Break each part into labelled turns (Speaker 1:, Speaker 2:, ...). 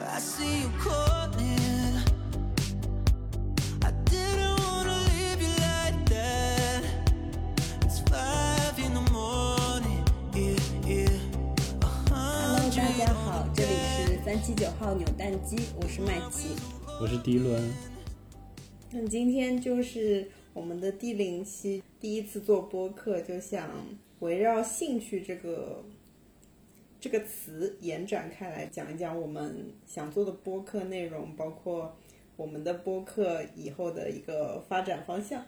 Speaker 1: I see you calling. I didn't wanna leave you like that. It's five in the morning. Yeah, yeah. Uh-huh, A
Speaker 2: Hello，大
Speaker 1: hundred
Speaker 2: 家好
Speaker 1: on，
Speaker 2: 这
Speaker 1: the bed.
Speaker 2: 里是三七九号扭蛋机，我是麦琪。
Speaker 3: 我是迪伦，
Speaker 2: 那今天就是我们的第零期，第一次做播客，就想围绕兴趣这个这个词延展开来讲一讲我们想做的播客内容，包括我们的播客以后的一个发展方向。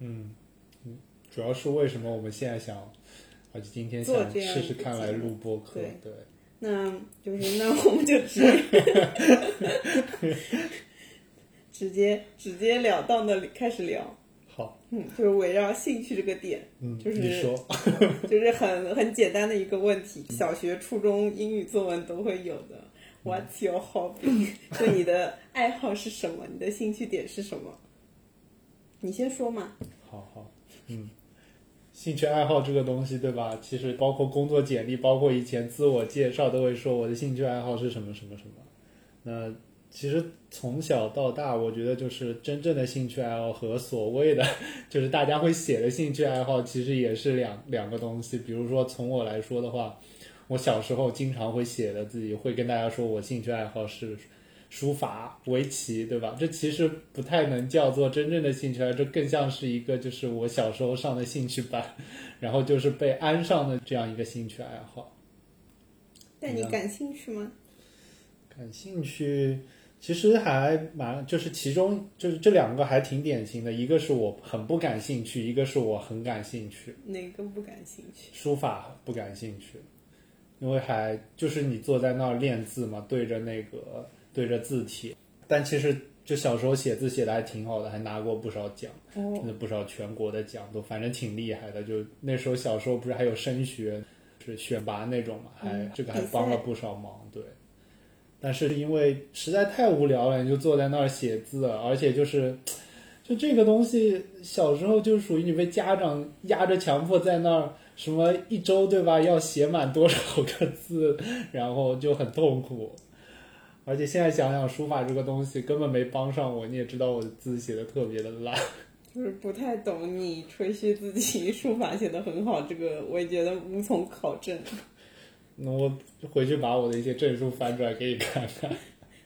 Speaker 3: 嗯主要是为什么我们现在想，而且今天
Speaker 2: 做
Speaker 3: 想
Speaker 2: 这样
Speaker 3: 试试看来录播客
Speaker 2: 一个节目，
Speaker 3: 对，
Speaker 2: 那就是那我们就直接直接直截了当的开始聊。
Speaker 3: 好，
Speaker 2: 嗯，就是围绕兴趣这个点，
Speaker 3: 嗯，
Speaker 2: 就是
Speaker 3: 你说，
Speaker 2: 就是很很简单的一个问题，小学、初中英语作文都会有的。What's your hobby？就你的爱好是什么？你的兴趣点是什么？你先说嘛。
Speaker 3: 好好，嗯，兴趣爱好这个东西，对吧？其实包括工作简历，包括以前自我介绍，都会说我的兴趣爱好是什么什么什么。那其实从小到大，我觉得就是真正的兴趣爱好和所谓的 就是大家会写的兴趣爱好，其实也是两两个东西。比如说，从我来说的话，我小时候经常会写的，自己会跟大家说我兴趣爱好是书法、围棋，对吧？这其实不太能叫做真正的兴趣爱好，这更像是一个就是我小时候上的兴趣班， 然后就是被安上的这样一个兴趣爱好。
Speaker 2: 但你感兴趣吗？
Speaker 3: 感兴趣，其实还蛮，就是其中就是这两个还挺典型的，一个是我很不感兴趣，一个是我很感兴趣。
Speaker 2: 哪个不感兴趣？
Speaker 3: 书法不感兴趣，因为还就是你坐在那儿练字嘛，对着那个对着字体，但其实就小时候写字写的还挺好的，还拿过不少奖，
Speaker 2: 哦
Speaker 3: 真的不少全国的奖都，反正挺厉害的。就那时候小时候不是还有升学，是选拔那种嘛，还、这个
Speaker 2: 嗯
Speaker 3: 还
Speaker 2: 比赛
Speaker 3: 帮了不少忙，对。但是因为实在太无聊了，你就坐在那儿写字，而且就是就这个东西，小时候就属于你被家长压着强迫在那儿，什么一周对吧，要写满多少个字，然后就很痛苦。而且现在想想，书法这个东西根本没帮上我，你也知道我的字写的特别的烂。
Speaker 2: 就是不太懂你吹嘘自己 书法写得很好，这个我也觉得无从考证。
Speaker 3: 那我回去把我的一些证书翻出来给你看看。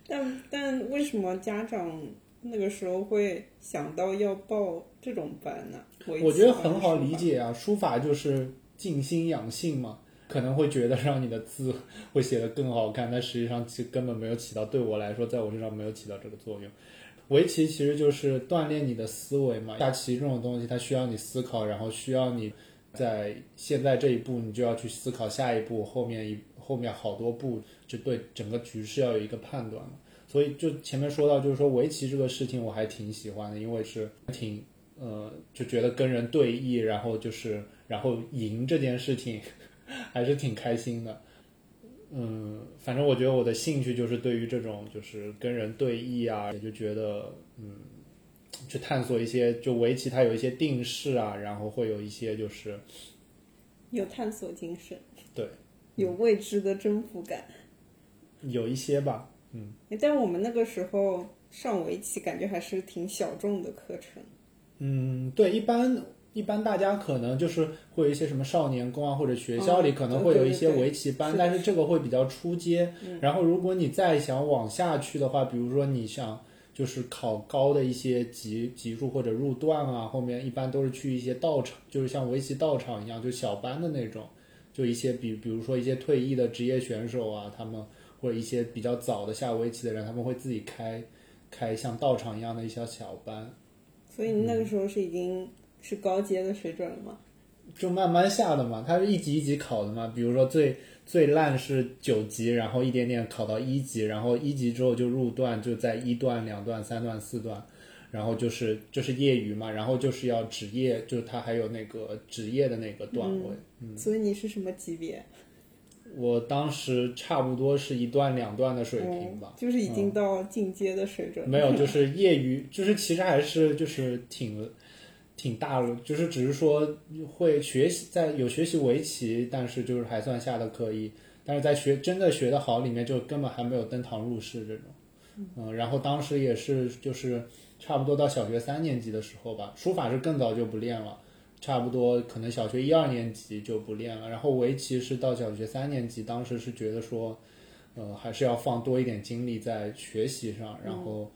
Speaker 2: 但但为什么家长那个时候会想到要报这种班呢？
Speaker 3: 我
Speaker 2: 我
Speaker 3: 觉得很好理。解啊，书法就是静心养性嘛，可能会觉得让你的字会写得更好看，但实际上其实根本没有起到，对我来说，在我身上没有起到这个作用。围棋其实就是锻炼你的思维嘛，下棋这种东西它需要你思考，然后需要你在现在这一步，你就要去思考下一步，后面一后面好多步，就对整个局势要有一个判断嘛。所以就前面说到，就是说围棋这个事情我还挺喜欢的，因为是挺呃就觉得跟人对弈，然后就是然后赢这件事情还是挺开心的。嗯，反正我觉得我的兴趣就是对于这种就是跟人对弈啊，也就觉得嗯，去探索一些就围棋它有一些定式啊，然后会有一些就是
Speaker 2: 有探索精神，
Speaker 3: 对
Speaker 2: 有未知的征服感。
Speaker 3: 有一些吧，
Speaker 2: 诶但我们那个时候上围棋，感觉还是挺小众的课程。
Speaker 3: 嗯，对，一般一般大家可能就是会有一些什么少年宫啊，或者学校里
Speaker 2: 嗯
Speaker 3: 可能
Speaker 2: 对
Speaker 3: 会有
Speaker 2: 对
Speaker 3: 一些
Speaker 2: 对
Speaker 3: 围棋班，
Speaker 2: 是嗯
Speaker 3: 但是这个会比较出街。然后如果你再想往下去的话，比如说你想就是考高的一些级级数或者入段啊，后面一般都是去一些道场，就是像围棋道场一样，就小班的那种，就一些比比如说一些退役的职业选手啊，他们或者一些比较早的下围棋的人，他们会自己开开像道场一样的一些小班。
Speaker 2: 所以你
Speaker 3: 嗯
Speaker 2: 那个时候是已经是高阶的水准了吗？
Speaker 3: 就慢慢下的嘛，它是一级一级考的嘛。比如说最最烂是九级，然后一点点考到一级，然后一级之后就入段，就在一段、两段、三段、四段，然后就是就是业余嘛，然后就是要职业，就是它还有那个职业的那个段位。
Speaker 2: 所以你是什么级别？
Speaker 3: 我当时差不多是一段、两段的水平吧
Speaker 2: 哦，
Speaker 3: 嗯
Speaker 2: 就是已经到进阶的水准了。
Speaker 3: 没有，就是业余，就是其实还是就是挺挺大的，就是只是说会学习在有学习围棋，但是就是还算下的可以。但是在学真的学得好里面，就根本还没有登堂入室这种。嗯，然后当时也是就是差不多到小学三年级的时候吧，书法是更早就不练了，差不多可能小学一二年级就不练了。然后围棋是到小学三年级，当时是觉得说，呃，还是要放多一点精力在学习上，然后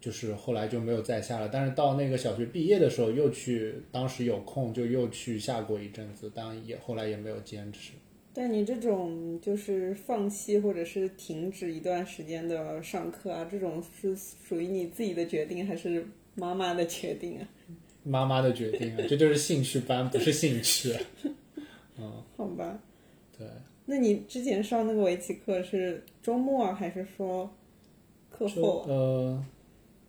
Speaker 3: 就是后来就没有再下了。但是到那个小学毕业的时候，又去当时有空就又去下过一阵子，但也后来也没有坚持。
Speaker 2: 但你这种就是放弃或者是停止一段时间的上课啊，这种是属于你自己的决定还是妈妈的决定啊？
Speaker 3: 妈妈的决定啊，这就是兴趣班，不是兴趣。啊
Speaker 2: 好吧，
Speaker 3: 嗯对。
Speaker 2: 那你之前上那个围棋课是周末啊还是说课
Speaker 3: 周
Speaker 2: 后？
Speaker 3: 呃，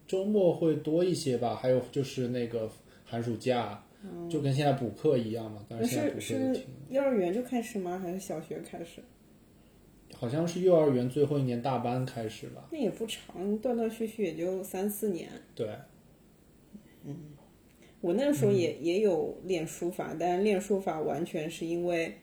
Speaker 3: 周末会多一些吧，还有就是那个寒暑假，就跟现在补课一样嘛，但是现在补
Speaker 2: 嗯是
Speaker 3: 课就是停，
Speaker 2: 幼儿园就开始吗？还是小学开始？
Speaker 3: 好像是幼儿园最后一年大班开始吧，
Speaker 2: 那也不长，断断续续也就三四年。
Speaker 3: 对，
Speaker 2: 我那个时候也、
Speaker 3: 嗯
Speaker 2: 也有练书法，但练书法完全是因为，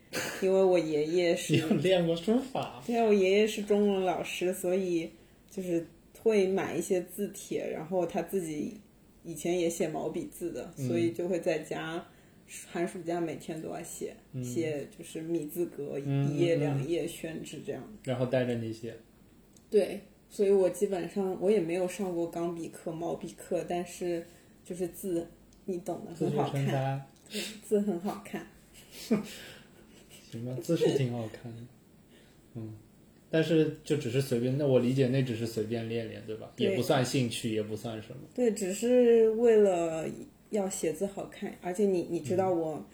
Speaker 2: 因为我爷爷
Speaker 3: 你
Speaker 2: 是
Speaker 3: 有练过书法？
Speaker 2: 对啊，我爷爷是中文老师，所以就是会买一些字帖，然后他自己以前也写毛笔字的，所
Speaker 3: 嗯
Speaker 2: 以就会在家寒暑假每天都要写，写就是米字格
Speaker 3: 嗯
Speaker 2: 一页
Speaker 3: 嗯
Speaker 2: 两页宣纸这样。
Speaker 3: 然后带着你写，
Speaker 2: 对，所以我基本上我也没有上过钢笔课、毛笔课，但是就是字你懂的，嗯
Speaker 3: 自
Speaker 2: 很
Speaker 3: 学
Speaker 2: 好
Speaker 3: 成
Speaker 2: 看，
Speaker 3: 才，
Speaker 2: 字很好看。
Speaker 3: 行吧，字是挺好看的，嗯。但是就只是随便，那我理解那只是随便练练，对吧？
Speaker 2: 对
Speaker 3: 也不算兴趣，也不算什么。
Speaker 2: 对，只是为了要写字好看，而且你你知
Speaker 3: 嗯
Speaker 2: 道我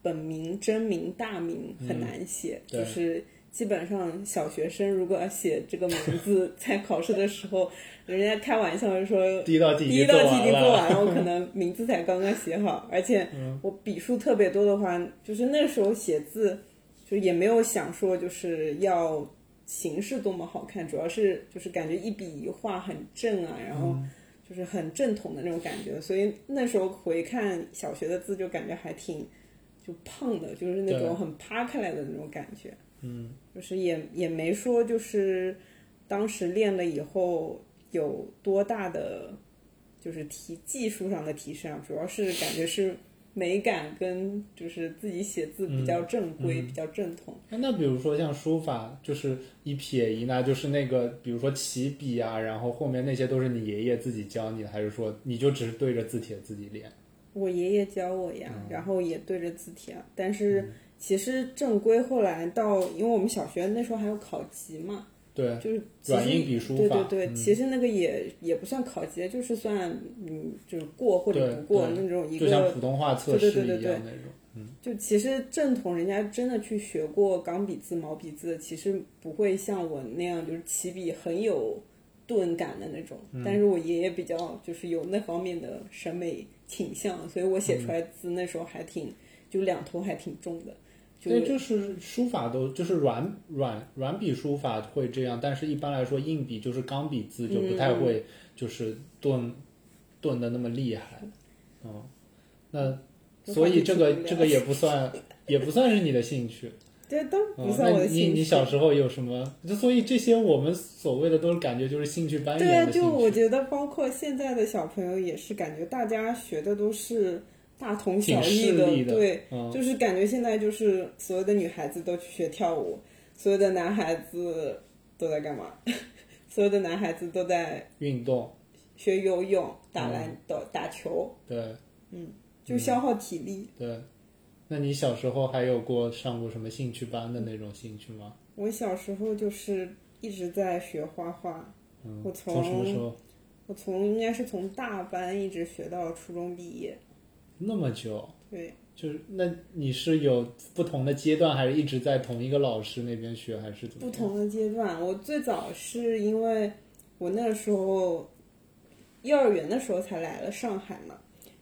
Speaker 2: 本名、真名、大名很难写，
Speaker 3: 对
Speaker 2: 就是基本上小学生如果要写这个名字， 在考试的时候，人家开玩笑就说
Speaker 3: 第一道题已
Speaker 2: 第一
Speaker 3: 经
Speaker 2: 道题已
Speaker 3: 完
Speaker 2: 经做
Speaker 3: 了，嗯
Speaker 2: 完了， 我可能名字才刚刚写好，而且我笔数特别多的话，就是那时候写字，就也没有想说就是要形式多么好看，主要是就是感觉一笔一画很正啊，然后就是很正统的那种感觉，所以那时候回看小学的字，就感觉还挺就胖的，就是那
Speaker 3: 对
Speaker 2: 种很趴开来的那种感觉。
Speaker 3: 嗯，
Speaker 2: 就是也也没说就是当时练了以后有多大的就是提技术上的提升啊，主要是感觉是美感跟就是自己写字比较正规、比较正统。
Speaker 3: 那那比如说像书法，就是一撇一捺，就是那个，比如说起笔啊，然后后面那些都是你爷爷自己教你的，还是说你就只是对着字帖自己练？
Speaker 2: 我爷爷教我呀，
Speaker 3: 嗯
Speaker 2: 然后也对着字帖啊，但是其实正规后来到，因为我们小学那时候还有考级嘛，
Speaker 3: 对，啊
Speaker 2: 就是其实
Speaker 3: 嗯软硬笔书法
Speaker 2: 对对对，
Speaker 3: 嗯
Speaker 2: 其实那个也也不算考级，就是算嗯，就是过或者
Speaker 3: 对
Speaker 2: 不过
Speaker 3: 对
Speaker 2: 那种一
Speaker 3: 就像
Speaker 2: 个。
Speaker 3: 普通话测试
Speaker 2: 对
Speaker 3: 一
Speaker 2: 对对
Speaker 3: 样那种。
Speaker 2: 对对就其实正统人家真的去学过钢笔字、毛笔字，其实不会像我那样就是起笔很有钝感的那种。
Speaker 3: 嗯
Speaker 2: 但是我爷爷比较就是有那方面的审美倾向，所以我写出
Speaker 3: 嗯
Speaker 2: 来字那时候还挺、就两头还挺重的。就
Speaker 3: 对，就是书法都就是软软软笔书法会这样，但是一般来说硬笔就是钢笔字就
Speaker 2: 嗯
Speaker 3: 不太会，就是顿顿的那么厉害。嗯，那所以这个
Speaker 2: 就好几种
Speaker 3: 这个也 不算也不算是你的兴趣。
Speaker 2: 这当然
Speaker 3: 嗯
Speaker 2: 不算我的
Speaker 3: 那你
Speaker 2: 兴
Speaker 3: 你
Speaker 2: 趣。
Speaker 3: 小时候有什么？就所以这些我们所谓的都是感觉就是兴趣班一
Speaker 2: 对啊，
Speaker 3: 样的兴
Speaker 2: 就我
Speaker 3: 趣，
Speaker 2: 觉得，包括现在的小朋友也是，感觉大家学的都是大同小
Speaker 3: 挺
Speaker 2: 异
Speaker 3: 势利的。
Speaker 2: 对，
Speaker 3: 嗯，
Speaker 2: 就是感觉现在就是所有的女孩子都去学跳舞，所有的男孩子都在干嘛？ 所有的男孩子都在
Speaker 3: 运动，
Speaker 2: 学游泳、打
Speaker 3: 嗯
Speaker 2: 篮、打打球，
Speaker 3: 对嗯
Speaker 2: 就消耗体力。
Speaker 3: 对。那你小时候还有过上过什么兴趣班的那种兴趣吗？
Speaker 2: 我小时候就是一直在学画画，
Speaker 3: 嗯，
Speaker 2: 我
Speaker 3: 从什么时候
Speaker 2: 我从应该是从大班一直学到初中毕业。
Speaker 3: 那么久？
Speaker 2: 对，
Speaker 3: 就是那你是有不同的阶段，还是一直在同一个老师那边学，还是怎么
Speaker 2: 不
Speaker 3: 样？
Speaker 2: 同的阶段，我最早是因为我那时候幼儿园的时候才来了上海嘛，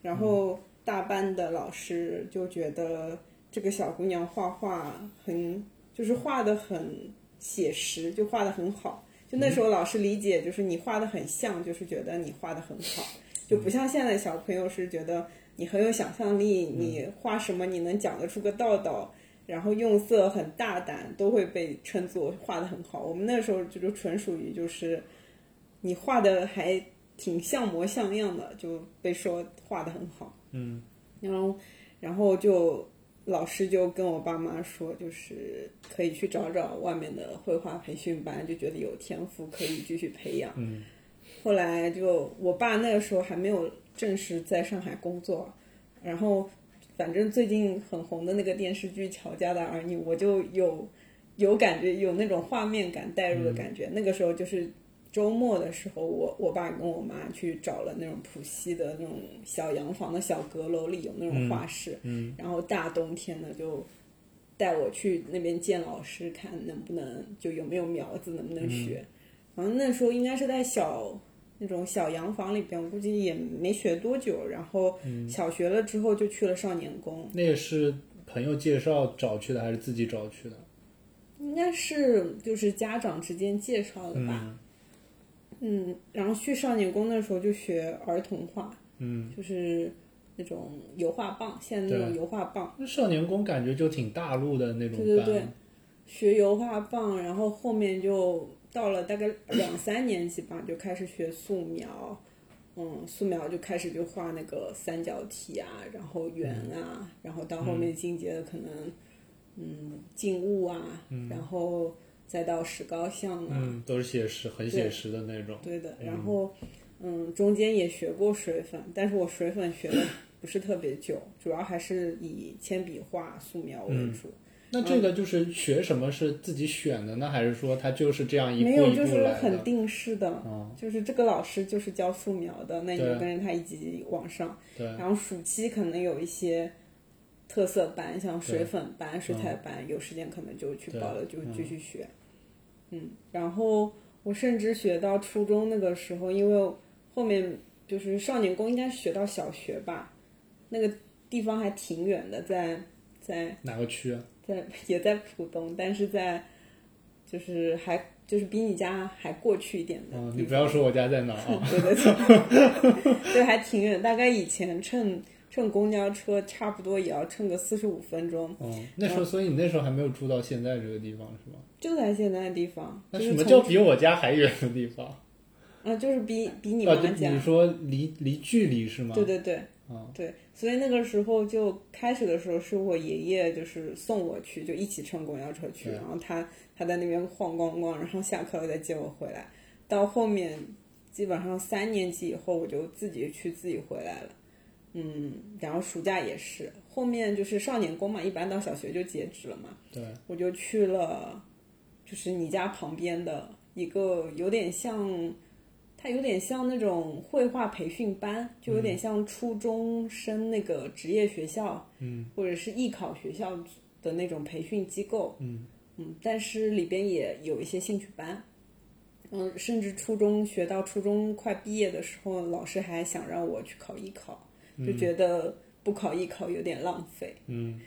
Speaker 2: 然
Speaker 3: 嗯
Speaker 2: 后大班的老师就觉得这个小姑娘画画很，就是画的很写实，就画的很好。就那时候老师理解就是你画的很像，就是觉得你画的很好，就
Speaker 3: 嗯
Speaker 2: 不像现在
Speaker 3: 嗯
Speaker 2: 小朋友是觉得你很有想象力，你画什么你能讲得出个道道。然后用色很大胆，都会被称作画的很好。我们那时候这就纯属于就是你画的还挺像模像样的，就被说画的很好。
Speaker 3: 嗯，
Speaker 2: 然后然后就老师就跟我爸妈说，就是可以去找找外面的绘画培训班，就觉得有天赋可以继续培养。
Speaker 3: 嗯，
Speaker 2: 后来就我爸那个时候还没有正式在上海工作，然后反正最近很红的那个电视剧《乔家的儿女》，我就有有感觉，有那种画面感带入的感
Speaker 3: 嗯
Speaker 2: 觉。那个时候就是周末的时候，我我爸跟我妈去找了那种浦西的那种小洋房的小阁楼里有那种画室，
Speaker 3: 嗯
Speaker 2: 然后大冬天的就带我去那边见老师，看能不能就有没有苗子，能不
Speaker 3: 嗯
Speaker 2: 能学。然后那时候应该是在小那种小洋房里边，我估计也没学多久。然后
Speaker 3: 嗯
Speaker 2: 小学了之后就去了少年宫，
Speaker 3: 那也是朋友介绍找去的，还是自己找去的？
Speaker 2: 应该是就是家长之间介绍的吧。
Speaker 3: 嗯
Speaker 2: 嗯，然后去少年宫的时候就学儿童画，
Speaker 3: 嗯，
Speaker 2: 就是那种油画棒，现在那种
Speaker 3: 对
Speaker 2: 油画棒，
Speaker 3: 那少年宫感觉就挺大陆的那种班，
Speaker 2: 对对对学油画棒，然后后面就到了大概两三年级吧，就开始学素描，嗯，素描就开始就画那个三角体啊，然后圆啊，然后到后面进阶的可能，嗯，静物啊，然后再到石膏像啊，
Speaker 3: 嗯，都是写实，很写实的那种。
Speaker 2: 对的，然后嗯，中间也学过水粉，但是我水粉学的不是特别久，主要还是以铅笔画、素描为主。
Speaker 3: 那这个就是学什么是自己选的呢？还是说他就是这样一步
Speaker 2: 没
Speaker 3: 一步来
Speaker 2: 有，就
Speaker 3: 的？
Speaker 2: 是很定式的，
Speaker 3: 嗯
Speaker 2: 就是这个老师就是教素描的，那你就
Speaker 3: 对
Speaker 2: 跟着他一级往上。
Speaker 3: 对，
Speaker 2: 然后暑期可能有一些特色班，像水粉班、水彩班，有时间可能就去报了，就
Speaker 3: 嗯对嗯
Speaker 2: 继续学。嗯，然后我甚至学到初中那个时候，因为后面就是少年宫应该是学到小学吧，那个地方还挺远的，在在
Speaker 3: 哪个区啊？
Speaker 2: 在也在浦东，但是在就是还就是比你家还过去一点的地方。
Speaker 3: 嗯，你不要说我家在哪儿啊？
Speaker 2: 对对对，对 还挺远，大概以前乘乘公交车差不多也要乘个四十五分钟，
Speaker 3: 嗯，那时候，所以你那时候还没有住到现在这个地方是吧？
Speaker 2: 就在现在的地方。
Speaker 3: 那
Speaker 2: 就
Speaker 3: 什
Speaker 2: 是
Speaker 3: 么
Speaker 2: 从
Speaker 3: 叫比我家还远的地方？
Speaker 2: 啊？就是比比你
Speaker 3: 啊，
Speaker 2: 妈
Speaker 3: 对
Speaker 2: 家，
Speaker 3: 你说离离距离是吗？
Speaker 2: 对对对
Speaker 3: 嗯
Speaker 2: 对，所以那个时候就开始的时候是我爷爷就是送我去，就一起乘公交车去，
Speaker 3: 嗯
Speaker 2: 然后他他在那边晃逛逛，然后下课了再接我回来。到后面基本上三年级以后，我就自己去自己回来了。嗯，然后暑假也是，后面就是少年宫嘛，一般到小学就截止了嘛，
Speaker 3: 对，
Speaker 2: 我就去了，就是你家旁边的一个有点像，它有点像那种绘画培训班，就有点像初中生那个职业学校，嗯，或者是艺考学校的那种培训机构，
Speaker 3: 嗯
Speaker 2: 嗯，但是里边也有一些兴趣班。嗯，甚至初中学到初中快毕业的时候，老师还想让我去考艺考，就觉得不考艺考有点浪费。
Speaker 3: 嗯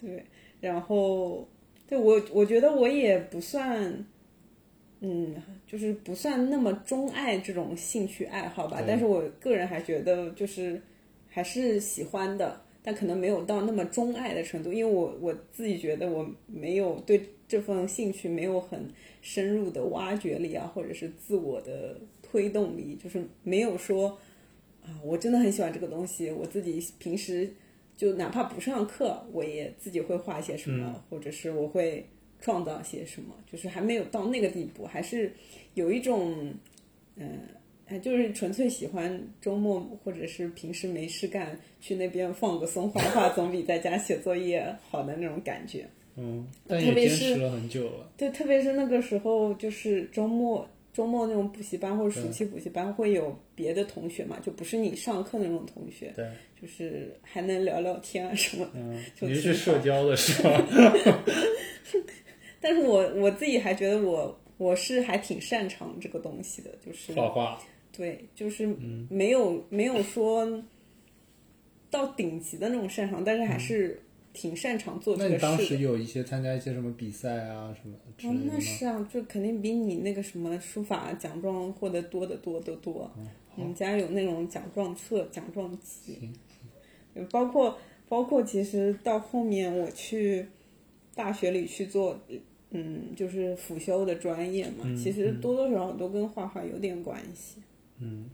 Speaker 2: 对，然后对我我觉得我也不算，嗯，就是不算那么钟爱这种兴趣爱好吧，
Speaker 3: 对
Speaker 2: 但是我个人还觉得就是还是喜欢的，但可能没有到那么钟爱的程度，因为我我自己觉得我没有对这份兴趣没有很深入的挖掘力啊，或者是自我的推动力，就是没有说。啊，我真的很喜欢这个东西，我自己平时就哪怕不上课，我也自己会画一些什么，或者是我会创造些什么，就是还没有到那个地步，还是有一种，嗯、呃，就是纯粹喜欢周末或者是平时没事干去那边放个松画画，总比在家写作业好的那种感觉。
Speaker 3: 嗯，但
Speaker 2: 特
Speaker 3: 也
Speaker 2: 别
Speaker 3: 坚
Speaker 2: 是
Speaker 3: 持了很久了。
Speaker 2: 对，特别是那个时候，就是周末周末那种补习班或者暑期补习班，会有别的同学嘛，就不是你上课的那种同学，
Speaker 3: 对，
Speaker 2: 就是还能聊聊天啊什么的。
Speaker 3: 嗯，
Speaker 2: 就
Speaker 3: 你是
Speaker 2: 挺
Speaker 3: 去
Speaker 2: 好
Speaker 3: 社交的是吧？
Speaker 2: 但是我我自己还觉得我我是还挺擅长这个东西的，就是
Speaker 3: 画画，
Speaker 2: 对，就是没有、没有说到顶级的那种擅长，但是还是挺擅长做
Speaker 3: 那
Speaker 2: 这
Speaker 3: 你
Speaker 2: 个
Speaker 3: 当
Speaker 2: 事
Speaker 3: 时
Speaker 2: 的。
Speaker 3: 有一些参加一些什么比赛啊什么之
Speaker 2: 哦
Speaker 3: 类，的
Speaker 2: 那
Speaker 3: 吗？
Speaker 2: 是啊，就肯定比你那个什么书法奖状获得多得多得
Speaker 3: 哦
Speaker 2: 多。我们家有那种奖状册、奖状集，包括包括其实到后面我去大学里去做，嗯，就是辅修的专业嘛，
Speaker 3: 嗯
Speaker 2: 其实多多少少都跟画画有点关系。
Speaker 3: 嗯，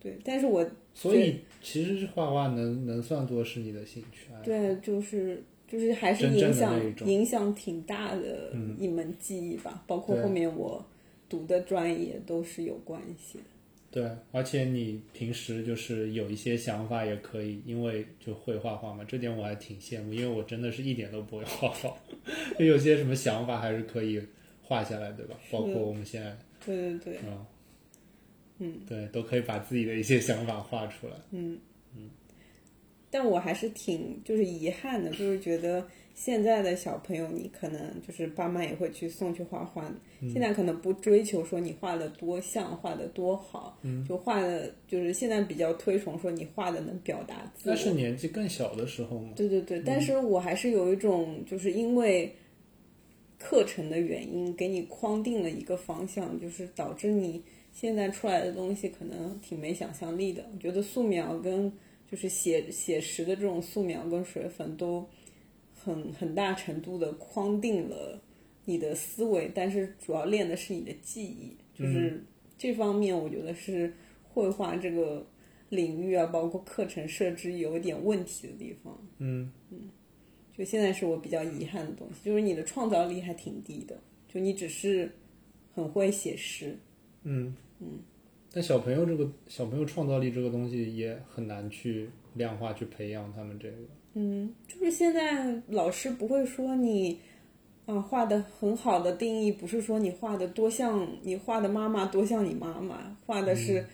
Speaker 2: 对，但是我
Speaker 3: 所以其实是画画能能算作是你的兴趣啊爱好。
Speaker 2: 对就是就是还是
Speaker 3: 嗯真正的
Speaker 2: 影响
Speaker 3: 那一种嗯
Speaker 2: 影响挺大的一门技艺吧，包括
Speaker 3: 对
Speaker 2: 后面我读的专业都是有关系的。
Speaker 3: 对，而且你平时就是有一些想法也可以，因为就会画画嘛，这点我还挺羡慕，因为我真的是一点都不会画画， 就有些什么想法还是可以画下来，对吧？
Speaker 2: 是
Speaker 3: 包括我们现在，
Speaker 2: 对对对，
Speaker 3: 嗯
Speaker 2: 嗯，
Speaker 3: 对，都可以把自己的一些想法画出来。
Speaker 2: 但我还是挺就是遗憾的，就是觉得现在的小朋友，你可能就是爸妈也会去送去画画，
Speaker 3: 嗯
Speaker 2: 现在可能不追求说你画的多像，画的多好，
Speaker 3: 嗯
Speaker 2: 就画的就是现在比较推崇说你画的能表达自
Speaker 3: 那
Speaker 2: 我。
Speaker 3: 是年纪更小的时候嘛，
Speaker 2: 对对对，但是我还是有一种就是因为课程的原因，给你框定了一个方向，就是导致你现在出来的东西可能挺没想象力的。我觉得素描跟就是写写实的这种素描跟水粉都很很大程度的框定了你的思维，但是主要练的是你的记忆，就是这方面我觉得是绘画这个领域啊，包括课程设置有一点问题的地方。
Speaker 3: 嗯，
Speaker 2: 就现在是我比较遗憾的东西，就是你的创造力还挺低的，就你只是很会写诗。
Speaker 3: 嗯嗯。但小朋友这个小朋友创造力这个东西也很难去量化去培养他们这个。
Speaker 2: 嗯，就是现在老师不会说你啊画的很好的定义，不是说你画的多像你画的妈妈多像你妈妈，画的是、
Speaker 3: 嗯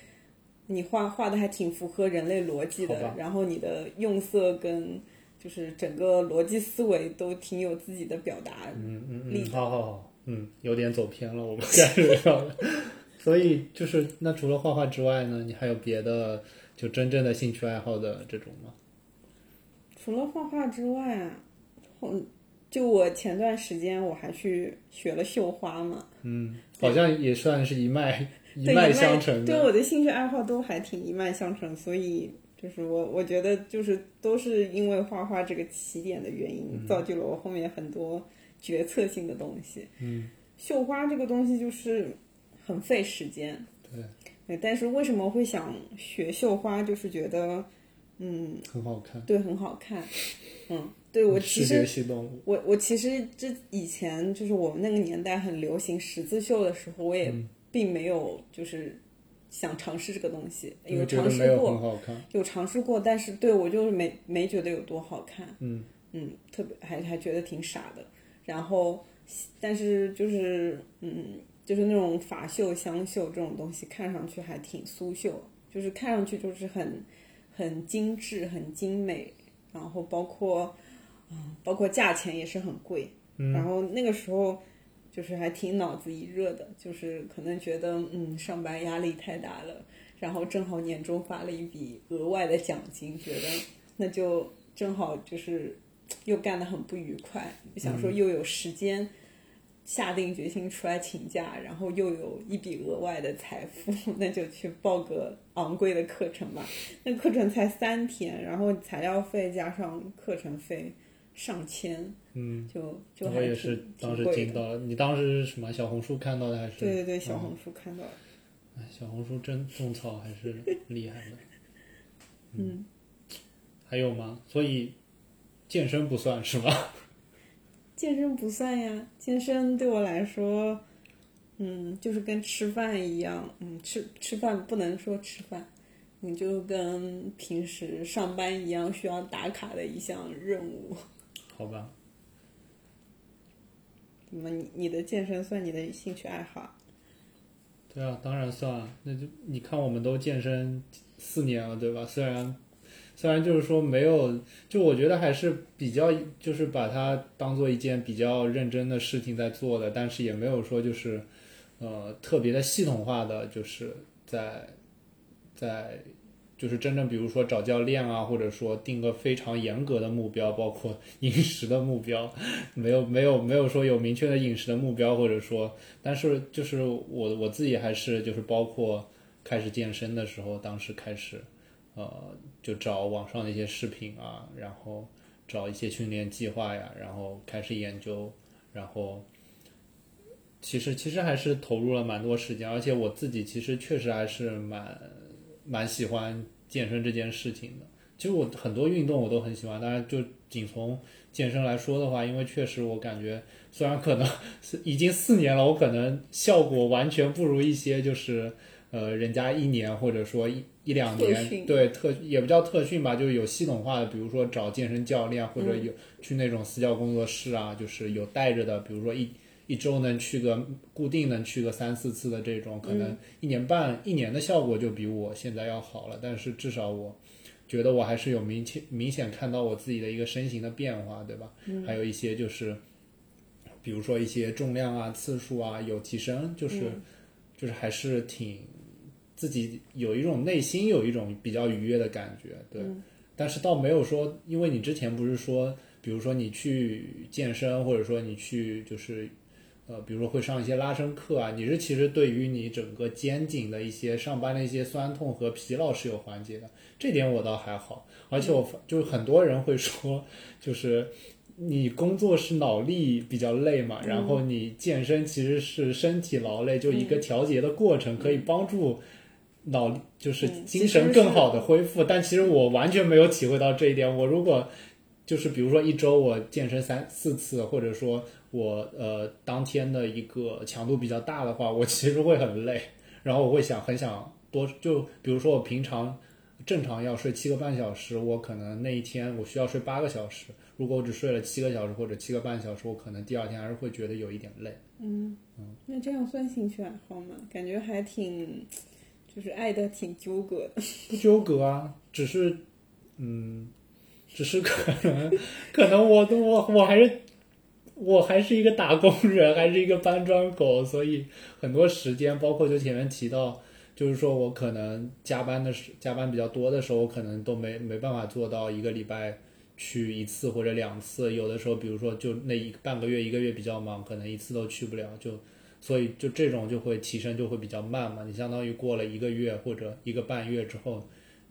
Speaker 2: 你画画的还挺符合人类逻辑
Speaker 3: 好
Speaker 2: 的
Speaker 3: 吧，
Speaker 2: 然后你的用色跟就是整个逻辑思维都挺有自己的表达。
Speaker 3: 嗯嗯
Speaker 2: 力的
Speaker 3: 嗯，好好好，嗯，有点走偏了，我们下一个。 所以就是，那除了画画之外呢，你还有别的就真正的兴趣爱好的这种吗？
Speaker 2: 除了画画之外啊，我就我前段时间我还去学了绣花嘛，
Speaker 3: 嗯，好像也算是一脉一
Speaker 2: 对
Speaker 3: 脉相承
Speaker 2: 对
Speaker 3: 的。
Speaker 2: 我的兴趣爱好都还挺一脉相承，所以就是我我觉得就是都是因为画画这个起点的原
Speaker 3: 嗯
Speaker 2: 因，造就了我后面很多决策性的东西。嗯，绣花这个东西就是很费时间，
Speaker 3: 对，
Speaker 2: 对，但是为什么会想学绣花，就是觉得嗯，
Speaker 3: 很好看。
Speaker 2: 对，很好看，嗯，对我其
Speaker 3: 视
Speaker 2: 实
Speaker 3: 觉系动物。
Speaker 2: 我我其实这以前就是我们那个年代很流行十字绣的时候，我
Speaker 3: 嗯
Speaker 2: 也并没有就是想尝试这个东西，
Speaker 3: 因为觉
Speaker 2: 尝
Speaker 3: 得没
Speaker 2: 试
Speaker 3: 有
Speaker 2: 过，
Speaker 3: 很好看，
Speaker 2: 有尝试过，但是对我就是没没觉得有多好看，
Speaker 3: 嗯
Speaker 2: 嗯，特别还还觉得挺傻的。然后，但是就是嗯，就是那种法绣、湘绣这种东西，看上去还挺苏绣，就是看上去就是很很精致、很精美，然后包括嗯，包括价钱也是很贵。
Speaker 3: 嗯
Speaker 2: 然后那个时候就是还挺脑子一热的，就是可能觉得嗯，上班压力太大了，然后正好年终发了一笔额外的奖金，觉得那就正好就是又干得很不愉快，想
Speaker 3: 嗯
Speaker 2: 说又有时间。下定决心出来请假，然后又有一笔额外的财富， 那就去报个昂贵的课程吧。那课程才三天，然后材料费加上课程费上千，
Speaker 3: 嗯，
Speaker 2: 就就还
Speaker 3: 我也
Speaker 2: 挺
Speaker 3: 是当时
Speaker 2: 挺贵
Speaker 3: 惊
Speaker 2: 的。
Speaker 3: 到了。你当时是什么小红书看到的还是？
Speaker 2: 对对对，小
Speaker 3: 哦
Speaker 2: 红书看到了。
Speaker 3: 哎，小红书真种草还 是厉害的。
Speaker 2: 嗯，
Speaker 3: 还有吗？所以健身不算是吗？
Speaker 2: 健身不算呀，健身对我来说，嗯，就是跟吃饭一样，嗯，吃吃饭不能说吃饭，你就跟平时上班一样需要打卡的一项任务。
Speaker 3: 好吧，
Speaker 2: 怎么你你的健身算你的兴趣爱好？
Speaker 3: 对啊，当然算啊。那就你看，我们都健身四年了，对吧？虽然虽然就是说没有，就我觉得还是比较，就是把它当做一件比较认真的事情在做的，但是也没有说就是呃特别的系统化的，就是在在。就是真正，比如说找教练啊，或者说定个非常严格的目标，包括 饮食的目标，没有没有没有说有明确的饮食的目标，或者说但是就是我我自己还是就是包括开始健身的时候，当时开始呃，就找网上的一些视频啊，然后找一些训练计划呀，然后开始研究，然后其实其实还是投入了蛮多时间，而且我自己其实确实还是蛮蛮喜欢健身这件事情的。其实我很多运动我都很喜欢，当然就仅从健身来说的话，因为确实我感觉虽然可能是已经四年了，我可能效果完全不如一些就是呃人家一年或者说一一两
Speaker 2: 特
Speaker 3: 年
Speaker 2: 训
Speaker 3: 对特也不叫特训吧，就是有系统化的，比如说找健身教练，或者
Speaker 2: 嗯
Speaker 3: 有去那种私教工作室啊，就是有带着的，比如说一一周能去个固定能去个三四次的这种，
Speaker 2: 嗯
Speaker 3: 可能一年半、一年的效果就比我现在要好了。但是至少我觉得我还是有明确明显看到我自己的一个身形的变化，对吧？还有一些就是，比如说一些重量啊、次数啊有提升，就是、就是还是挺自己有一种内心有一种比较愉悦的感觉，
Speaker 2: 嗯
Speaker 3: 对。但是倒没有说，因为你之前不是说，比如说你去健身，或者说你去就是，呃，比如说会上一些拉伸课啊，你是其实对于你整个肩颈的一些上班的一些酸痛和疲劳是有缓解的，这点我倒还好。而且我发就是很多人会说，就是你工作是脑力比较累嘛，然后你健身其实是身体劳累，就一个调节的过程，可以帮助脑力就是
Speaker 2: 嗯
Speaker 3: 精神更好的恢复。但其实我完全没有体会到这一点。我如果就是比如说一周我健身三四次，或者说我呃当天的一个强度比较大的话，我其实会很累，然后我会想很想多就比如说我平常正常要睡七个半小时，我可能那一天我需要睡八个小时。如果我只睡了七个小时或者七个半小时，我可能第二天还是会觉得有一点累。
Speaker 2: 那这样算兴趣爱好吗？感觉还挺，就是爱的挺纠葛的。
Speaker 3: 不纠葛啊，只是，嗯，只是可能， 可能我我我还是我还是一个打工人，还是一个搬砖狗，所以很多时间，包括就前面提到，就是说我可能加班的时加班比较多的时候，我可能都没没办法做到一个礼拜去一次或者两次，有的时候比如说就那一半个月一个月比较忙，可能一次都去不了，就所以就这种就会提升就会比较慢嘛。你相当于过了一个月或者一个半月之后，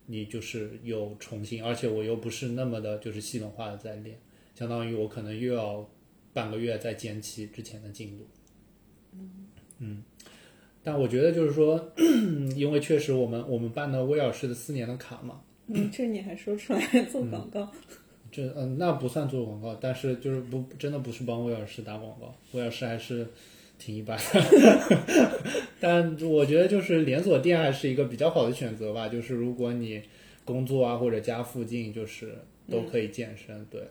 Speaker 3: 你就是又重新，而且我又不是那么的就是系统化的在练，相当于我可能又要半个月再坚持之前的进度。嗯，但我觉得就是说， 因为确实我们我们办的威尔士的四年的卡嘛，
Speaker 2: 嗯，这你还说出来做
Speaker 3: 嗯
Speaker 2: 广告？
Speaker 3: 这嗯、那不算做广告，但是就是不真的不是帮威尔士打广告，威尔士还是挺一般的 但我觉得就是连锁店还是一个比较好的选择吧，就是如果你工作啊或者家附近就是都可以健身，对，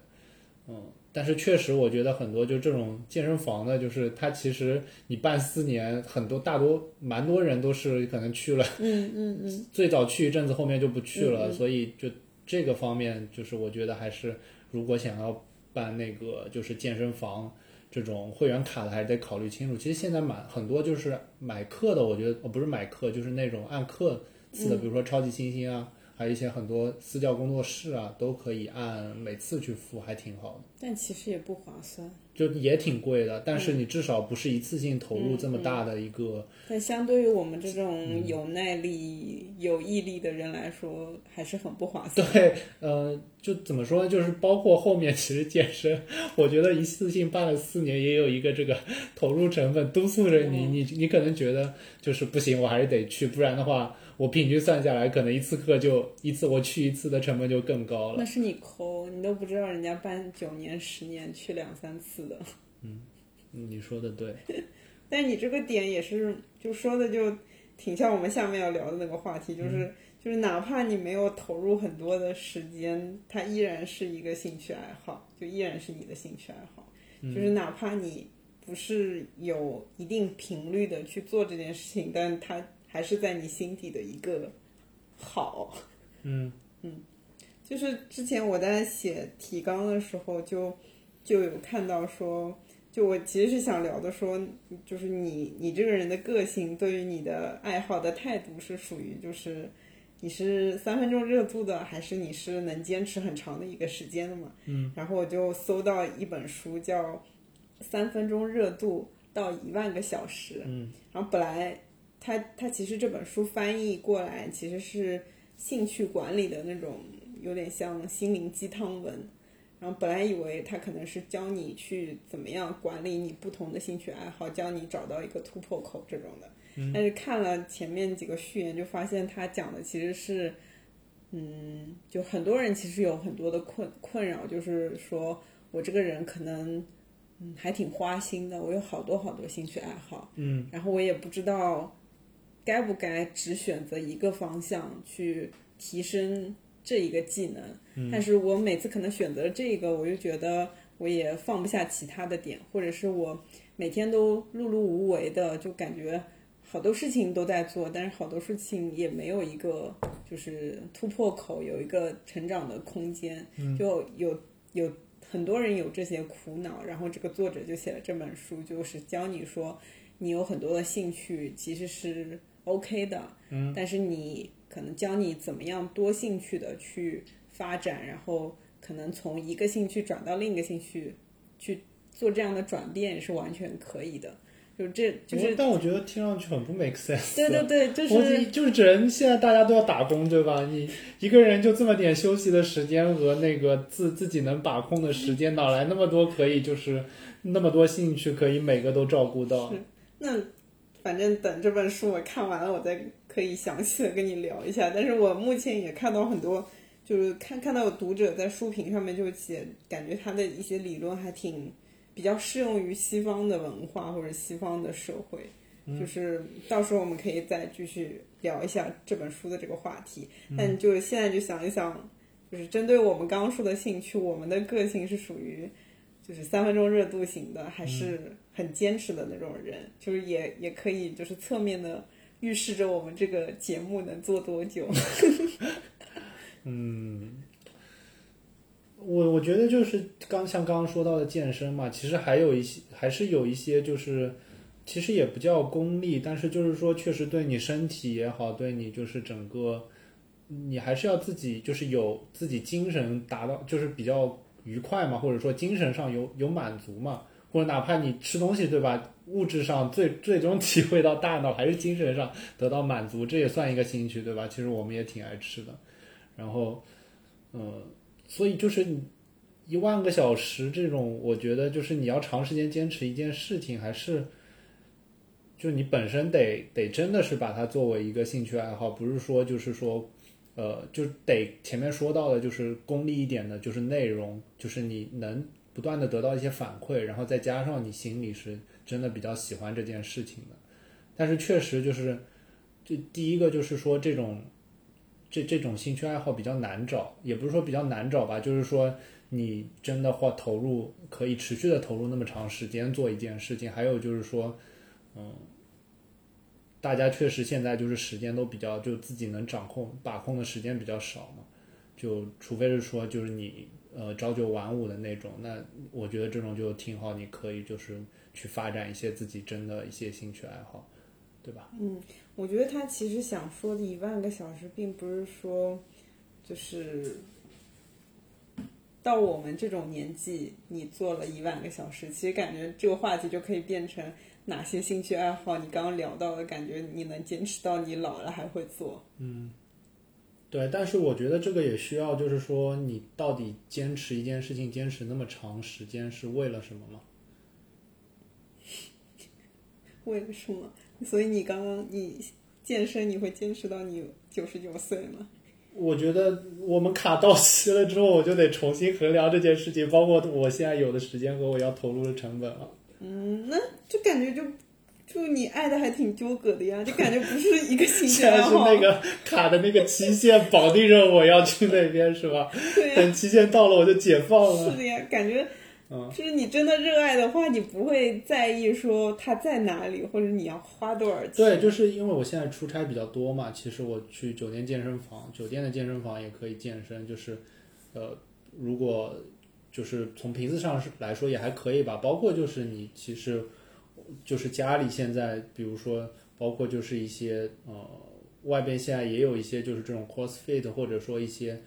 Speaker 3: 嗯，但是确实我觉得很多就这种健身房的，就是它其实你办四年，很多大多蛮多人都是可能去了。
Speaker 2: 嗯嗯嗯，
Speaker 3: 最早去一阵子，后面就不去了，所以就这个方面，就是我觉得还是如果想要办那个就是健身房这种会员卡的，还得考虑清楚。其实现在蛮很多就是买课的，我觉得哦不是买课，就是那种按课次的，比如说超级星星啊，还有一些很多私教工作室啊，都可以按每次去付，还挺好的。
Speaker 2: 但其实也不划算，
Speaker 3: 就也挺贵的，但是你至少不是一次性投入这么大的一个、
Speaker 2: 但相对于我们这种有耐力、有毅力的人来说，还是很不划算。
Speaker 3: 对，呃，就怎么说呢？就是包括后面其实健身，我觉得一次性办了四年，也有一个这个投入成本督促着你，你你可能觉得就是不行，我还是得去，不然的话，我平均算下来，可能一次课就一次我去一次的成本就更高了
Speaker 2: 那。是你抠，你都不知道人家办九年、十年去两三次的。
Speaker 3: 嗯你说的对，
Speaker 2: 但你这个点也是，就说的就挺像我们下面要聊的那个话题，就是、就是哪怕你没有投入很多的时间，它依然是一个兴趣爱好，就依然是你的兴趣爱好。就是哪怕你不是有一定频率的去做这件事情，但它还是在你心底的一个好。
Speaker 3: 嗯
Speaker 2: 就是之前我在写提纲的时候就，就有看到说，就我其实是想聊的说，就是你你这个人的个性对于你的爱好的态度是属于就是你是三分钟热度的，还是你是能坚持很长的一个时间的嘛？嗯，然后我就搜到一本书叫《三分钟热度到一万个小时》，
Speaker 3: 嗯，
Speaker 2: 然后本来它它其实这本书翻译过来其实是。兴趣管理的那种，有点像心灵鸡汤文。然后本来以为他可能是教你去怎么样管理你不同的兴趣爱好，教你找到一个突破口这种的。但是看了前面几个序言，就发现他讲的其实是，嗯，就很多人其实有很多的困困扰，就是说我这个人可能，嗯，还挺花心的，我有好多好多兴趣爱好，嗯，然后我也不知道该不该只选择一个方向去提升这一个技能，但是我每次可能选择了这个，我就觉得我也放不下其他的点，或者是我每天都碌碌无为的，就感觉好多事情都在做，但是好多事情也没有一个就是突破口，有一个成长的空间，就有有很多人有这些苦恼，然后这个作者就写了这本书，就是教你说你有很多的兴趣其实是 OK 的，嗯，但是你可能教你怎么样多兴趣的去发展，然后可能从一个兴趣转到另一个兴趣去做这样的转变也是完全可以的，就这就
Speaker 3: 不
Speaker 2: 是。
Speaker 3: 但我觉得听上去很不 make sense。
Speaker 2: 对对对，就
Speaker 3: 我
Speaker 2: 是
Speaker 3: 就是人现在大家都要打工，对吧？你一个人就这么点休息的时间和那个自自己能把控的时间，哪来那么多可以就是那么多兴趣可以每个都照顾到？
Speaker 2: 那反正等这本书我看完了，我再可以详细的跟你聊一下。但是我目前也看到很多，就是看看到有读者在书评上面就写，感觉他的一些理论还挺比较适用于西方的文化或者西方的社会。就是到时候我们可以再继续聊一下这本书的这个话题。但就是现在就想一想，就是针对我们刚刚说的兴趣，我们的个性是属于就是三分钟热度型的，还是很坚持的那种人，就是也也可以就是侧面的预示着我们这个节目能做多久。
Speaker 3: 我我觉得就是刚像刚刚说到的健身嘛，其实还有一些还是有一些就是，其实也不叫功利，但是就是说确实对你身体也好，对你就是整个，你还是要自己就是有自己精神达到就是比较愉快嘛，或者说精神上有有满足嘛，或者哪怕你吃东西对吧，物质上最最终 体会到大脑还是精神上得到满足，这也算一个兴趣对吧？其实我们也挺爱吃的，然后，嗯、所以就是你一万个小时这种，我觉得就是你要长时间坚持一件事情，还是就你本身得得真的是把它作为一个兴趣爱好，不是说就是说。呃，就得前面说到的，就是功利一点的，就是内容，就是你能不断的得到一些反馈，然后再加上你心里是真的比较喜欢这件事情的。但是确实就是，这第一个就是说这种这这种兴趣爱好比较难找，也不是说比较难找吧，就是说你真的话投入可以持续的投入那么长时间做一件事情，还有就是说，嗯，大家确实现在就是时间都比较就自己能掌控把控的时间比较少嘛，就除非是说就是你呃朝九晚五的那种，那我觉得这种就挺好，你可以就是去发展一些自己真的一些兴趣爱好，对吧？
Speaker 2: 我觉得他其实想说的一万个小时，并不是说就是到我们这种年纪，你做了一万个小时，其实感觉这个话题就可以变成哪些兴趣爱好。你刚刚聊到的感觉，你能坚持到你老了还会做。
Speaker 3: 对，但是我觉得这个也需要，就是说你到底坚持一件事情坚持那么长时间是为了什么嘛？
Speaker 2: 为了什么？所以你刚刚你健身，你会坚持到你九十九岁吗？
Speaker 3: 我觉得我们卡到期了之后，我就得重新衡量这件事情，包括我现在有的时间和我要投入的成本了。
Speaker 2: 嗯，那就感觉就就你爱的还挺纠葛的呀，就感觉不是一个兴趣
Speaker 3: 现
Speaker 2: 爱
Speaker 3: 在 是
Speaker 2: 好。
Speaker 3: 那个卡的那个期限绑定着我要去那边是
Speaker 2: 哦
Speaker 3: 吧？
Speaker 2: 对呀、
Speaker 3: 等期限到了我就解放
Speaker 2: 是
Speaker 3: 了。
Speaker 2: 的呀，感觉
Speaker 3: 哦嗯
Speaker 2: 就是你真的热爱的话，你不会在意说它在哪里，或者你要花多少钱。
Speaker 3: 对，就是因为我现在出差比较多嘛，其实我去酒店健身房，酒店的健身房也可以健身，就是，呃，如果就是从频次上是来说也还可以吧，包括就是你其实就是家里现在，比如说包括就是一些呃外边现在也有一些就是这种 CrossFit 或者说一些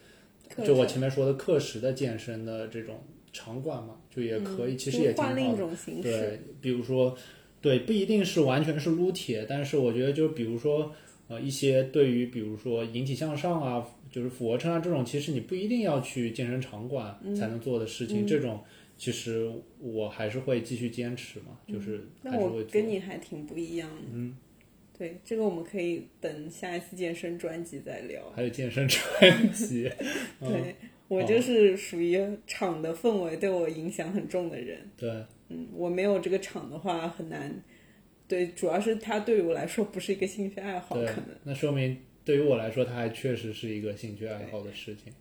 Speaker 2: 课
Speaker 3: 就我
Speaker 2: 程
Speaker 3: 前面说的课时的健身的这种场馆嘛，就也可以，其实
Speaker 2: 嗯就
Speaker 3: 也挺好
Speaker 2: 换
Speaker 3: 的。
Speaker 2: 另一种形式。
Speaker 3: 对，比如说，对，不一定是完全是撸铁，但是我觉得就比如说，嗯、呃一些对于比如说引体向上啊，就是俯卧撑啊这种，其实你不一定要去健身场馆才能做的事
Speaker 2: 嗯
Speaker 3: 情，这种其实我还是会继续坚持嘛，
Speaker 2: 嗯
Speaker 3: 就是还
Speaker 2: 那
Speaker 3: 是
Speaker 2: 我
Speaker 3: 会做。
Speaker 2: 跟你还挺不一样的。嗯，对，这个我们可以等下一次健身专辑再聊。
Speaker 3: 还有健身专辑，嗯
Speaker 2: 对我
Speaker 3: 哦
Speaker 2: 就是属于场的氛围对我影响很重的人。
Speaker 3: 对
Speaker 2: 嗯，我没有这个场的话很难。对，主要是它对于我来说不是一个兴趣爱 好，
Speaker 3: 对
Speaker 2: 可能。，
Speaker 3: 那说明对于我来说，它还确实是一个兴趣爱好的事情。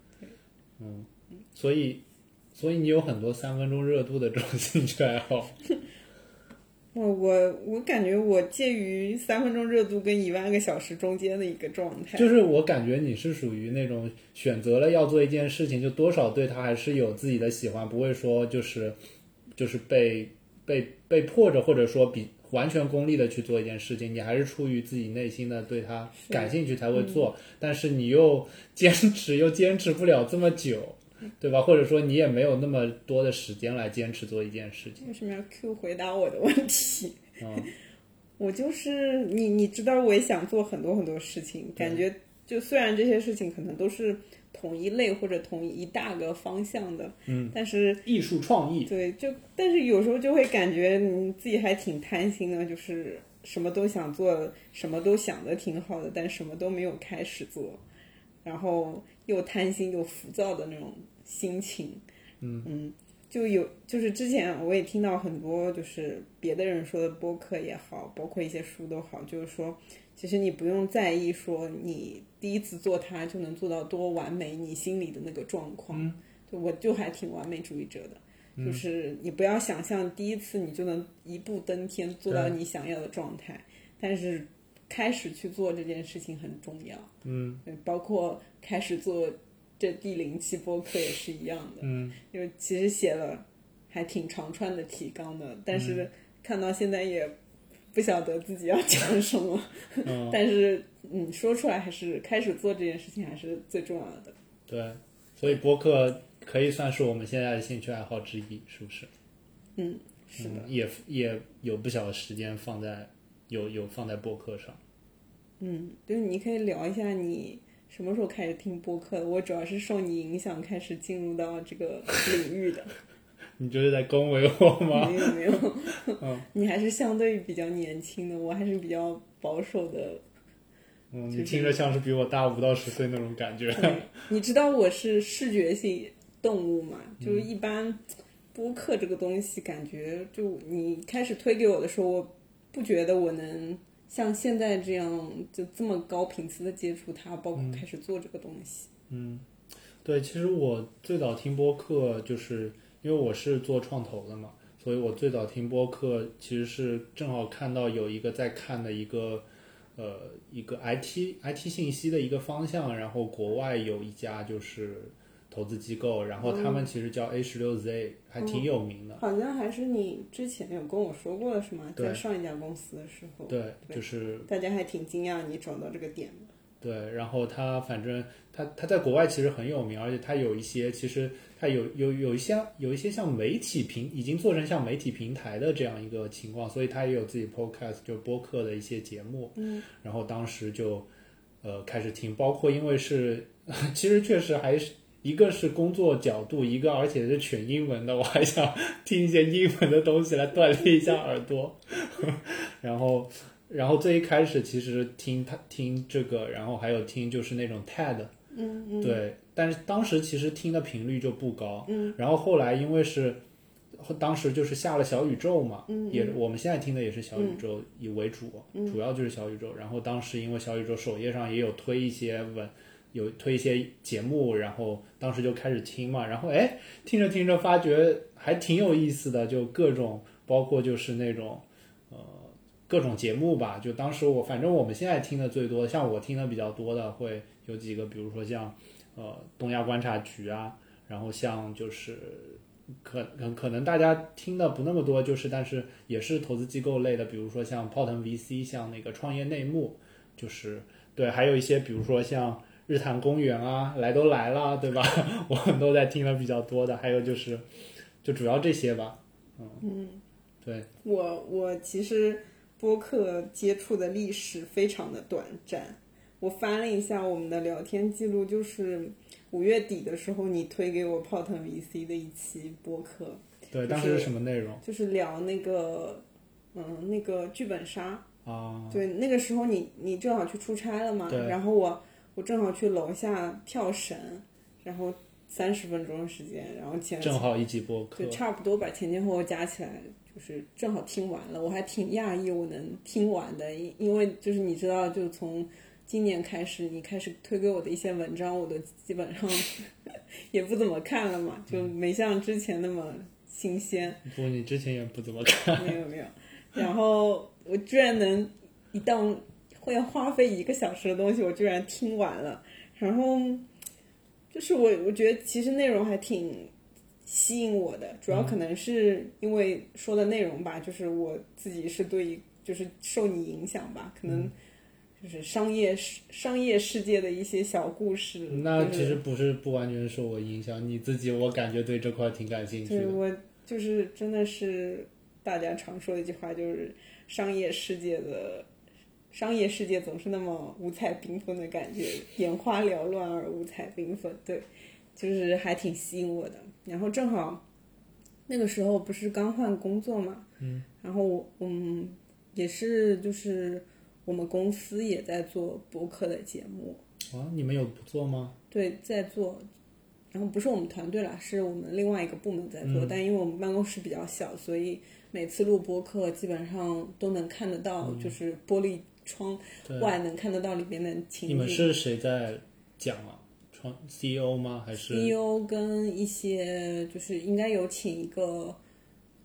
Speaker 3: 嗯，所以所以你有很多三分钟热度的这种兴趣爱好，
Speaker 2: 我我我感觉我介于三分钟热度跟一万个小时中间的一个状态。
Speaker 3: 就是我感觉你是属于那种选择了要做一件事情，就多少对它还是有自己的喜欢，不会说就是就是被被被迫着，或者说比完全功利的去做一件事情，你还是出于自己内心的对它感兴趣才会做，但是你又 坚持又坚持不了这么久，对吧？或者说你也没有那么多的时间来坚持做一件事情，
Speaker 2: 为什么要 Q 回答我的问题？
Speaker 3: 嗯，
Speaker 2: 我就是你，你知道，我也想做很多很多事情，
Speaker 3: 嗯
Speaker 2: 感觉就虽然这些事情可能都是同一类或者同一大个方向的，嗯，但是
Speaker 3: 艺术创意，
Speaker 2: 对，就但是有时候就会感觉你自己还挺贪心的，就是什么都想做，什么都想的挺好的，但什么都没有开始做，然后又贪心又浮躁的那种心情，嗯就有就是之前我也听到很多就是别的人说的播客也好，包括一些书都好，就是说其实你不用在意说你第一次做它就能做到多完美，你心里的那个状况，就我就还挺完美主义者的。就是你不要想象第一次你就能一步登天做到你想要的状态，但是开始去做这件事情很重要。嗯，包括开始做这第零期播客也是一样的。嗯，就是其实写了还挺长串的提纲的，但是看到现在也不晓得自己要 讲什么。
Speaker 3: 嗯，
Speaker 2: 但是嗯，说出来还是开始做这件事情还是最重要的。
Speaker 3: 对，所以播客可以算是我们现在的兴趣爱好之一，是不是？
Speaker 2: 嗯，是的。
Speaker 3: 嗯、也也有不小的时间放在有有放在播客上。
Speaker 2: 嗯，就是你可以聊一下你什么时候开始听播客的。我主要是受你影响开始进入到这个领域的，
Speaker 3: 你这是在恭维我 吗？
Speaker 2: 没有没有，你还是相对比较年轻的，我还是比较保守的。
Speaker 3: 嗯，
Speaker 2: 就是
Speaker 3: 你听着像是比我大五到十岁那种感觉。
Speaker 2: 对你知道我是视觉性动物嘛？就是一般播客这个东西，感觉就你开始推给我的时候，我不觉得我能像现在这样就这么高频次的接触它，包括开始做这个东西。
Speaker 3: 对，其实我最早听播客，就是因为我是做创投的嘛，所以我最早听播客其实是正好看到有一个在看的一个呃一个 IT IT 信息的一个方向，然后国外有一家就是投资机构，然后他们其实叫 A 十六 Z，还挺有名的。
Speaker 2: 好像还是你之前有跟我说过的是吗？
Speaker 3: 对
Speaker 2: 在上一家公司的时候，
Speaker 3: 对，就是
Speaker 2: 大家还挺惊讶你找到这个点的。
Speaker 3: 对，然后他反正他他在国外其实很有名，而且他有一些其实他有有有一些有一些像媒体平已经做成像媒体平台的这样一个情况，所以他也有自己 podcast 就播客的一些节目，嗯，然后当时就呃开始听，包括因为是 其实确实还是。一个是工作角度，一个而且是全英文的，我还想 听一些英文的东西来锻炼一下耳朵。 然后然后最一开始其实听他听这个，然后还有听就是那种 TED，
Speaker 2: 嗯嗯，
Speaker 3: 对，但是当时其实听的频率就不高，
Speaker 2: 嗯，
Speaker 3: 然后后来因为是后当时就是下了小宇宙嘛，
Speaker 2: 嗯
Speaker 3: 也我们现在听的也是小宇宙以为主，
Speaker 2: 嗯
Speaker 3: 主要就是小宇宙。然后当时因为小宇宙首页上也有推一些文，有推一些节目，然后当时就开始听嘛，然后哎，听着听着发觉还挺有意思的，就各种包括就是那种呃。各种节目吧，就当时我反正我们现在听的最多，像我听的比较多的会有几个，比如说像呃东亚观察局啊，然后像就是可可可能大家听的不那么多，就是但是也是投资机构类的，比如说像泡腾 VC，像那个创业内幕，就是对，还有一些比如说像日坛公园啊，来都来了，对吧？ 我们都在听的比较多的，还有就是就主要这些吧，嗯对，
Speaker 2: 我我其实播客接触的历史非常的短暂。我翻了一下我们的聊天记录，就是五月底的时候你推给我泡腾 VC 的一期播客，就
Speaker 3: 对，
Speaker 2: 是
Speaker 3: 当时是什么内容
Speaker 2: 就是聊那个嗯那个剧本杀。
Speaker 3: 啊？
Speaker 2: 对，那个时候你你正好去出差了嘛，
Speaker 3: 对
Speaker 2: 然后我我正好去楼下跳绳，然后三十分钟时间，然后前
Speaker 3: 正好一集播客
Speaker 2: 就，差不多把前前后后加起来，就是正好听完了。我还挺讶异我能听完的，因因为就是你知道，就从今年开始，你开始推给我的一些文章，我都基本上 也不怎么看了嘛，就
Speaker 3: 嗯
Speaker 2: 没像之前那么新鲜。
Speaker 3: 不，你之前也不怎么看，
Speaker 2: 没有没有。然后我居然能一档会花费一个小时的东西，我居然听完了。然后就是我我觉得其实内容还挺吸引我的，主要可能是因为说的内容吧，就是我自己是对就是受你影响吧，可能。就是商业世商业世界的一些小故事，
Speaker 3: 那
Speaker 2: 就是
Speaker 3: 其实不是不完全受我影响，你自己我感觉对这块挺感兴趣
Speaker 2: 对
Speaker 3: 的。
Speaker 2: 我就是真的是大家常说的一句话，就是商业世界的商业世界总是那么五彩缤纷的感觉，眼花缭乱而五彩缤纷。对，就是还挺吸引我的。然后正好那个时候不是刚换工作嘛，嗯，然后我嗯也是就是我们公司也在做播客的节目，
Speaker 3: 啊，你们有不做吗？
Speaker 2: 对，在做，然后不是我们团队啦，是我们另外一个部门在
Speaker 3: 嗯
Speaker 2: 做，但因为我们办公室比较小，所以每次录播客基本上都能看得到，就是玻璃窗
Speaker 3: 嗯对，
Speaker 2: 外能看得到里面的情
Speaker 3: 你们
Speaker 2: 景。
Speaker 3: 是谁在讲啊？创 CEO 吗？还是
Speaker 2: CEO E 跟一些就是应该有请一个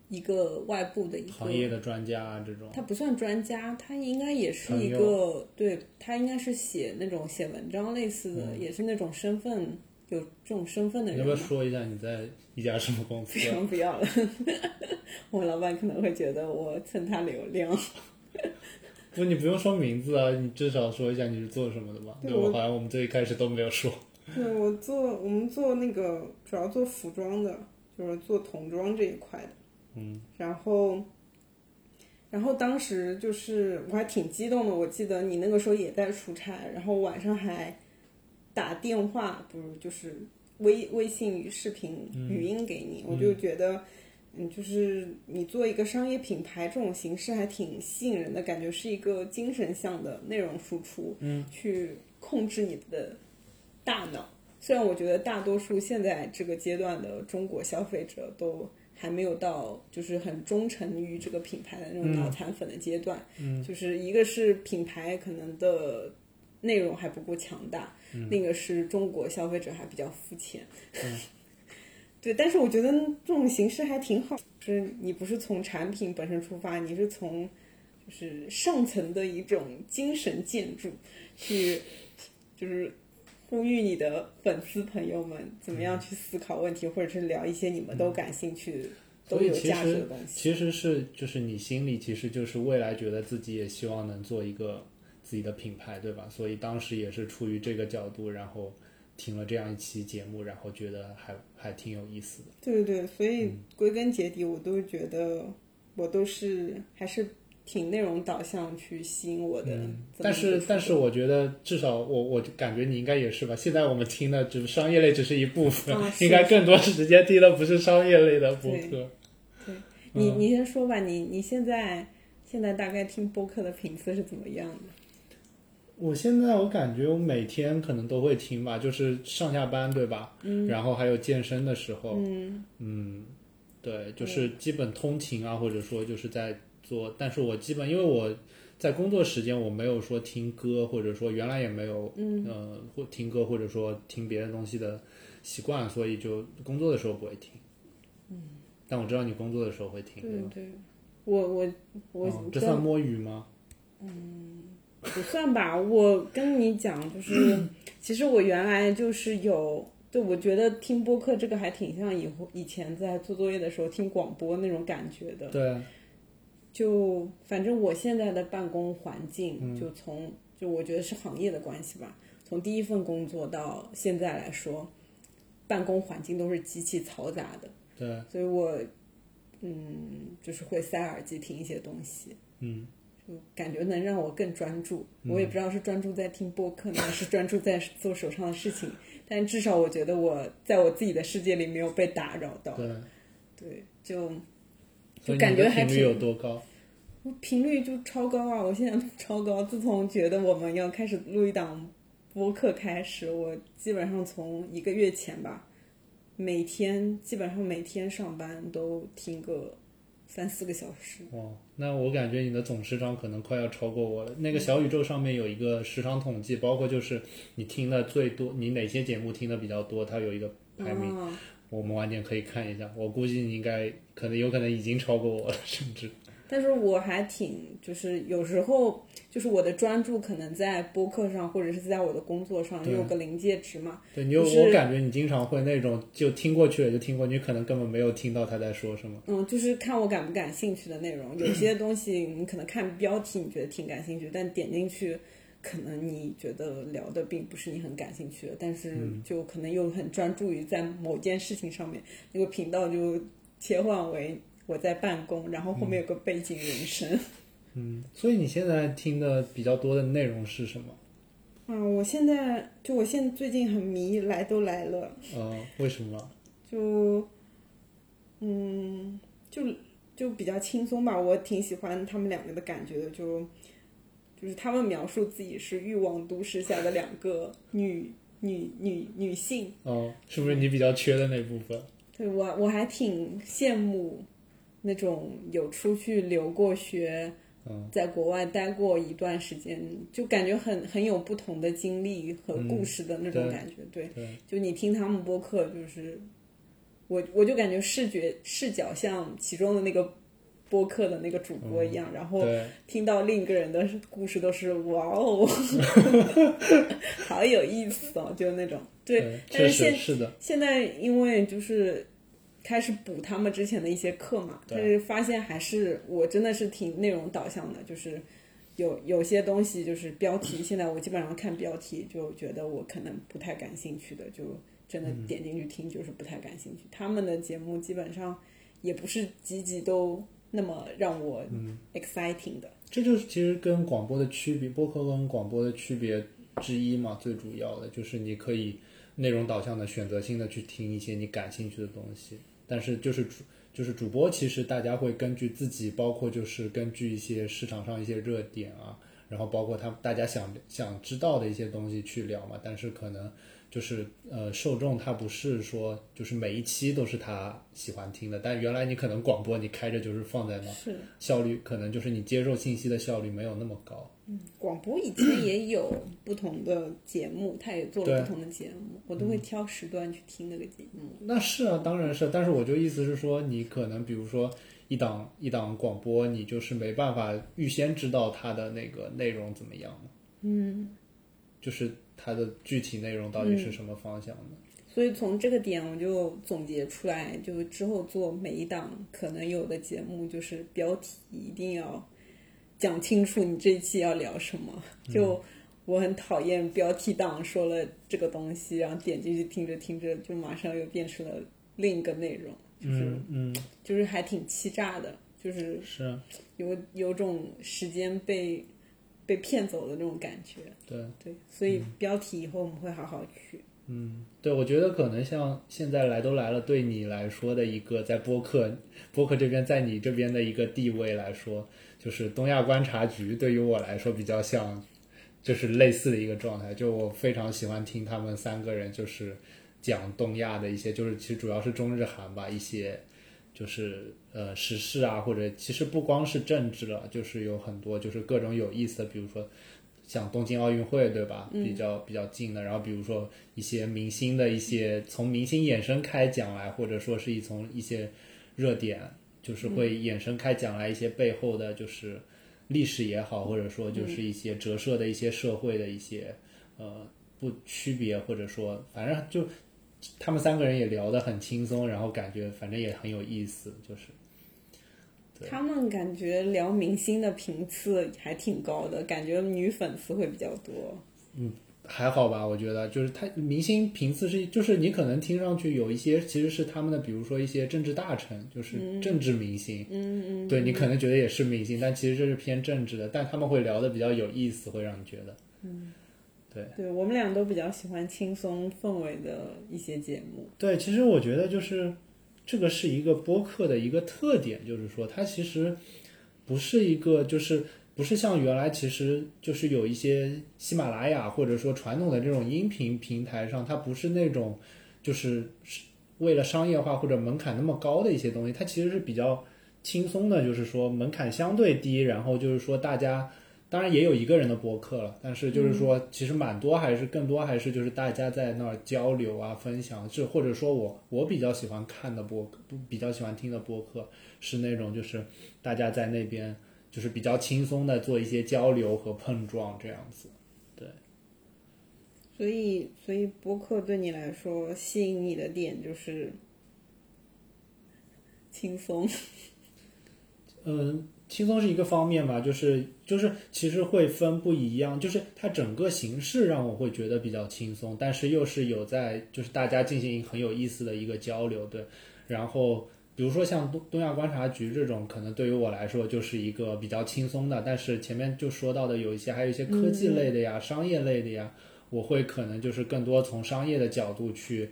Speaker 2: 一个外部的一个
Speaker 3: 行业的专家啊这种？
Speaker 2: 他不算专家，他应该也是一
Speaker 3: 朋
Speaker 2: 个，对他应该是写那种写文章类似的，
Speaker 3: 嗯
Speaker 2: 也是那种身份有这种身份的
Speaker 3: 你
Speaker 2: 人
Speaker 3: 要
Speaker 2: 嘛。
Speaker 3: 不要说一下你在一家什么公司
Speaker 2: 不
Speaker 3: 啊？
Speaker 2: 行，不要了。 我老板可能会觉得我蹭他流量。
Speaker 3: 不，你不用说名字啊，你至少说一下你是做什么的吧？
Speaker 2: 对
Speaker 3: 对我
Speaker 2: 我
Speaker 3: 好像我们最一开始都没有说。
Speaker 2: 对我做，我们做那个主要做服装的，就是做童装这一块的。嗯，然后，然后当时就是我还挺激动的，我记得你那个时候也在出差，然后晚上还打电话，不是就是微微信语视频语音给你，我就觉得。嗯，就是你做一个商业品牌这种形式还挺吸引人的，感觉是一个精神向的内容输出，嗯，去控制你的大脑。虽然我觉得大多数现在这个阶段的中国消费者都还没有到就是很忠诚于这个品牌的那种脑残粉的阶段，嗯，就是一个是品牌可能的内容还不够强大，
Speaker 3: 嗯
Speaker 2: 另一个是中国消费者还比较肤浅。 对，但是我觉得这种形式还挺好，就是你不是从产品本身出发，你是从就是上层的一种精神建筑去，就是呼吁你的粉丝朋友们怎么
Speaker 3: 嗯
Speaker 2: 样去思考问题，或者是聊一些你们都感兴趣、都
Speaker 3: 所以
Speaker 2: 有
Speaker 3: 其
Speaker 2: 价值的
Speaker 3: 实
Speaker 2: 东西。
Speaker 3: 其实是就是你心里其实就是未来觉得自己也希望能做一个自己的品牌，对吧？所以当时也是出于这个角度，然后听了这样一期节目，然后觉得还还挺有意思的。
Speaker 2: 对对对，所以
Speaker 3: 嗯
Speaker 2: 归根结底，我都觉得我都是还是挺内容导向去吸引我的。这么
Speaker 3: 嗯但
Speaker 2: 一个
Speaker 3: 是
Speaker 2: 触
Speaker 3: 但
Speaker 2: 动
Speaker 3: 是我觉得至少我我就感觉你应该也是吧。现在我们听的只商业类只是一部分，
Speaker 2: 啊是
Speaker 3: 应该更多时间听的不是商业类的播
Speaker 2: 对
Speaker 3: 客。
Speaker 2: 你
Speaker 3: 嗯
Speaker 2: 你先说吧，你你现在现在大概听播客的频次是怎么样的？
Speaker 3: 我现在我感觉我每天可能都会听吧，就是上下班对吧？嗯，然后还有健身的时候，
Speaker 2: 嗯，
Speaker 3: 嗯，对，就是基本通勤啊，或者说就是在做，但是我基本因为我在工作时间我没有说听歌，或者说原来也没有，嗯，呃，或听歌或者说听别的东西的习惯，所以就工作的时候不会听。嗯，但我知道你工作的时候会听，
Speaker 2: 对
Speaker 3: 对吧
Speaker 2: 对，我我我
Speaker 3: 哦这
Speaker 2: 跟、
Speaker 3: 算摸鱼吗？
Speaker 2: 不算吧，我跟你讲，就是 其实我原来就是有。对，我觉得听播客这个还挺像以后以前在做作业的时候听广播那种感觉的。
Speaker 3: 对，
Speaker 2: 就反正我现在的办公环境，就从就我觉得是行业的关系吧，从第一份工作到现在来说，办公环境都是极其嘈杂的。
Speaker 3: 对，
Speaker 2: 所以我嗯，就是会塞耳机听一些东西，
Speaker 3: 嗯，
Speaker 2: 嗯感觉能让我更专注。我也不知道是专注在听播客呢，还是专注在做手上的事情，但至少我觉得我在我自己的世界里没有被打扰到。
Speaker 3: 对，
Speaker 2: 对，就
Speaker 3: 所以
Speaker 2: 感
Speaker 3: 你的
Speaker 2: 觉还
Speaker 3: 频率
Speaker 2: 挺
Speaker 3: 有多高？
Speaker 2: 频率就超高啊！我 现在都超高。自从觉得我们要开始录一档播客开始，我基本上从一个月前吧，每天基本上每天上班都听个三四个小时。
Speaker 3: 哦，那我感觉你的总时长可能快要超过我了。那个小宇宙上面有一个时长统计，包括就是你听的最多，你哪些节目听的比较多，它有一个排名。
Speaker 2: 啊，
Speaker 3: 我们晚点可以看一下。我估计你应该可能有可能已经超过我了，甚至
Speaker 2: 但是我还挺，就是有时候就是我的专注可能在播客上，或者是在我的工作上
Speaker 3: 对
Speaker 2: 有个临界值嘛。
Speaker 3: 对你就
Speaker 2: 就是
Speaker 3: 我感觉你经常会那种就听过去了就听过，你可能根本没有听到他在说什么。
Speaker 2: 嗯，就是看我感不感兴趣的内容。有些东西你可能看标题你觉得挺感兴趣，但点进去，可能你觉得聊的并不是你很感兴趣的，但是就可能又很专注于在某件事情上面，那个频道就切换为我在办公，然后后面有个背景人声。
Speaker 3: 嗯，所以你现在听的比较多的内容是什么？
Speaker 4: 嗯，我现在就我现在最近很迷，来都来了，
Speaker 3: 呃，为什么？
Speaker 4: 就嗯，就就比较轻松吧。我挺喜欢他们两个的感觉的，就就是他们描述自己是欲望都市下的两个女女女女
Speaker 2: 嗯
Speaker 4: 性，
Speaker 3: 哦，是不是你比较缺的那部分？
Speaker 2: 对我我还挺羡慕那种有出去留过学，
Speaker 3: 嗯
Speaker 2: 在国外待过一段时间，就感觉很很有不同的经历和故事的那种
Speaker 3: 嗯对
Speaker 2: 感觉。对，
Speaker 3: 对
Speaker 2: 就你听他们播客，就是我我就感觉视觉视角像其中的那个播客的那个主播一
Speaker 3: 嗯
Speaker 2: 样，然后
Speaker 3: 对。
Speaker 2: 听到另一个人的故事都是哇 哦，好有意思哦，就那种对。但
Speaker 3: 确
Speaker 2: 是现
Speaker 3: 实是的，
Speaker 2: 现在因为就是开始补他们之前的一些课嘛，
Speaker 3: 对
Speaker 2: 但是发现还是我真的是挺内容导向的，就是有有些东西就是标题，现在我基本上看标题就觉得我可能不太感兴趣的，就真
Speaker 3: 嗯
Speaker 2: 的点进去听就是不太感兴趣。他们的节目基本上也不是集集都那么让我
Speaker 3: 嗯
Speaker 2: exciting 的，
Speaker 3: 这就是其实跟广播的区别，播客跟广播的区别之一嘛，最主要的就是你可以内容导向的、选择性的去听一些你感兴趣的东西，但是就是主就是主播，其实大家会根据自己，包括就是根据一些市场上一些热点啊，然后包括他大家想想知道的一些东西去聊嘛，但是可能。就是呃，受众他不是说就是每一期都是他喜欢听的，但原来你可能广播你开着就是放在那，
Speaker 2: 是
Speaker 3: 效率可能就是你接受信息的效率没有那么高。
Speaker 2: 广播以前也有不同的节目，他也做了
Speaker 3: 对
Speaker 2: 不同的节目，我都会挑时段去听那个节目。
Speaker 3: 那是啊，当然是，但是我就意思是说，你可能比如说一档一档广播，你就是没办法预先知道它的那个内容怎么样嘛就是它的具体内容到底是什么方向的。
Speaker 2: 所以从这个点我就总结出来，就之后做每一档可能有的节目，就是标题一定要讲清楚你这一期要聊什么。就我很讨厌标题党说了这个东西，然后点进去听着听着就马上又变成了另一个内容，就是、
Speaker 3: 嗯，
Speaker 2: 就是还挺欺诈的，就是
Speaker 3: 是啊，
Speaker 2: 有有种时间被被骗走的那种感觉。
Speaker 3: 对。
Speaker 2: 对，所以标题以后我们会好好去。
Speaker 3: 嗯，对，我觉得可能像现在来都来了，对你来说的一个在播客播客这边，在你这边的一个地位来说，就是东亚观察局对于我来说比较像，就是类似的一个状态。就我非常喜欢听他们三个人就是讲东亚的一些，就是其实主要是中日韩吧，一些就是呃时事啊，或者其实不光是政治了，就是有很多就是各种有意思的，比如说像东京奥运会，对吧？比较比较近的，然后比如说一些明星的一些从明星衍生开讲来，或者说是一从一些热点，就是会衍生开讲来一些背后的就是历史也好，或者说就是一些折射的一些社会的一些呃不区别，或者说反正就他们三个人也聊得很轻松，然后感觉反正也很有意思，就是对
Speaker 2: 他们感觉聊明星的频次还挺高的，感觉女粉丝会比较多。
Speaker 3: 还好吧，我觉得就是他明星频次是，就是你可能听上去有一些其实是他们的，比如说一些政治大臣，就是政治明星，嗯嗯，对你可能觉得也是明星，但其实这是偏政治的，但他们会聊的比较有意思，会让你觉得，
Speaker 2: 对我们俩都比较喜欢轻松氛围的一些节目。
Speaker 3: 对，其实我觉得就是这个是一个播客的一个特点，就是说它其实不是一个就是。不是像原来，其实就是有一些喜马拉雅或者说传统的这种音频平台上，它不是那种就是为了商业化或者门槛那么高的一些东西，它其实是比较轻松的，就是说门槛相对低，然后就是说大家。当然也有一个人的博客了，但是就是说，其实蛮多还是更多还是就是大家在那儿交流啊、分享，这或者说我我比较喜欢看的播客，不比较喜欢听的播客是那种就是大家在那边就是比较轻松的做一些交流和碰撞这样子。
Speaker 2: 所以，所以播客对你来说吸引你的点就是轻松。
Speaker 3: 嗯，轻松是一个方面吧，就是就是其实会分不一样，就是它整个形式让我会觉得比较轻松，但是又是有在就是大家进行很有意思的一个交流，对。然后比如说像东东亚观察局这种，可能对于我来说就是一个比较轻松的，但是前面就说到的有一些还有一些科技类的呀、商业类的呀，我会可能就是更多从商业的角度去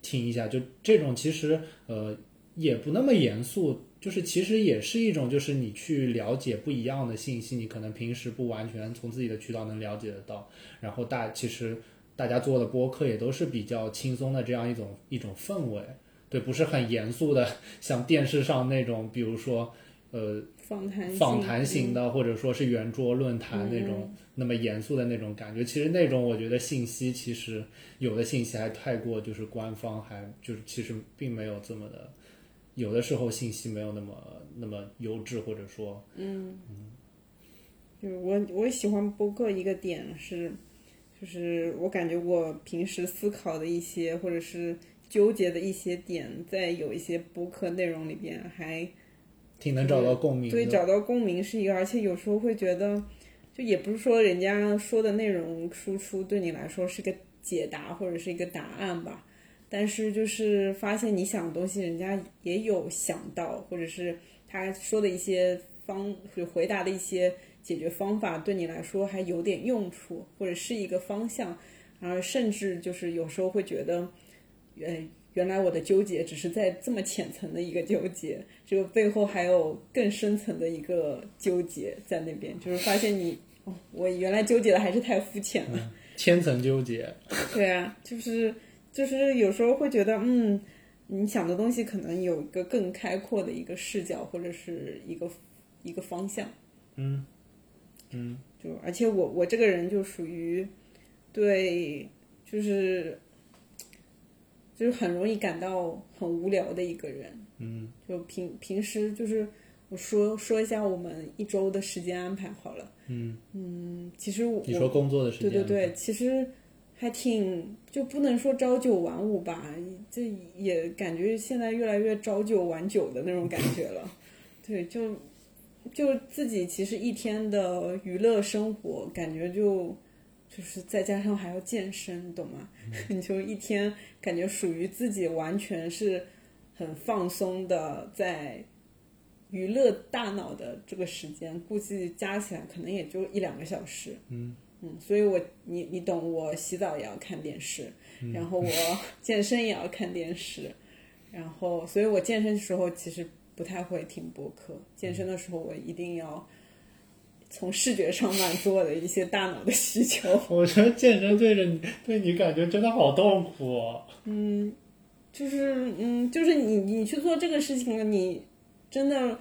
Speaker 3: 听一下，就这种其实呃也不那么严肃，就是其实也是一种，就是你去了解不一样的信息，你可能平时不完全从自己的渠道能了解得到。然后大其实大家做的播客也都是比较轻松的这样一种一种氛围，对，不是很严肃的，像电视上那种，比如说呃
Speaker 2: 访谈
Speaker 3: 访
Speaker 2: 性
Speaker 3: 谈型的，或者说是圆桌论坛那种、
Speaker 2: 嗯
Speaker 3: 那么严肃的那种感觉。其实那种我觉得信息其实有的信息还太过就是官方，还就是其实并没有这么的，有的时候信息没有那么那么优质，或者说
Speaker 2: 就是我我喜欢播客一个点是，就是我感觉我平时思考的一些或者是纠结的一些点，在有一些播客内容里边还
Speaker 3: 挺能找到共鸣的。
Speaker 2: 对找到共鸣是一个，而且有时候会觉得，就也不是说人家说的内容输出对你来说是个解答或者是一个答案吧，但是就是发现你想的东西，人家也有想到，或者是他说的一些方，就回答的一些解决方法，对你来说还有点用处，或者是一个方向，然后甚至就是有时候会觉得，呃，原来我的纠结只是在这么浅层的一个纠结，这个背后还有更深层的一个纠结在那边，就是发现你，哦，我原来纠结的还是太肤浅了。
Speaker 3: 千层纠结，
Speaker 2: 对啊，就是就是有时候会觉得，嗯，你想的东西可能有一个更开阔的一个视角，或者是一个一个方向。
Speaker 3: 嗯
Speaker 2: 就而且我我这个人就属于对，就是就是很容易感到很无聊的一个人。
Speaker 3: 嗯，
Speaker 2: 就平平时就是我说说一下我们一周的时间安排好了。
Speaker 3: 嗯，
Speaker 2: 嗯，其实我
Speaker 3: 你说工作的时间，
Speaker 2: 对对对，其实还挺就不能说朝九晚五吧，这也感觉现在越来越朝九晚九的那种感觉了。对，就就自己其实一天的娱乐生活，感觉就就是再加上还要健身，你懂吗？
Speaker 3: 嗯
Speaker 2: 你就一天感觉属于自己完全是很放松的在。娱乐大脑的这个时间，估计加起来可能也就一两个小时。嗯，所以我你你懂，我洗澡也要看电视，然后我健身也要看电视，然后所以我健身的时候其实不太会听播客，健身的时候我一定要从视觉上满足我的一些大脑的需求，
Speaker 3: 我觉得健身对着你对你感觉真的好痛苦、哦。
Speaker 2: 就是嗯，就是你你去做这个事情了，你真的。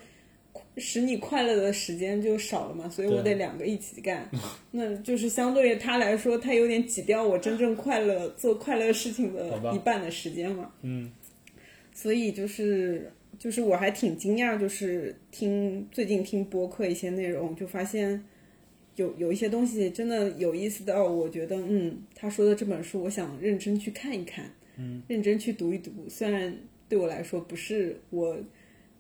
Speaker 2: 使你快乐的时间就少了嘛，所以我
Speaker 3: 对
Speaker 2: 得两个一起干， 那就是相对于他来说，他有点挤掉我真正快乐做快乐事情的
Speaker 3: 好吧
Speaker 2: 一半的时间嘛。
Speaker 3: 嗯
Speaker 2: 所以就是就是我还挺惊讶，就是听最近听播客一些内容，就发现有有一些东西真的有意思到，我觉得嗯，他说的这本书，我想认真去看一看，嗯，认真去读一读。虽然对我来说不是我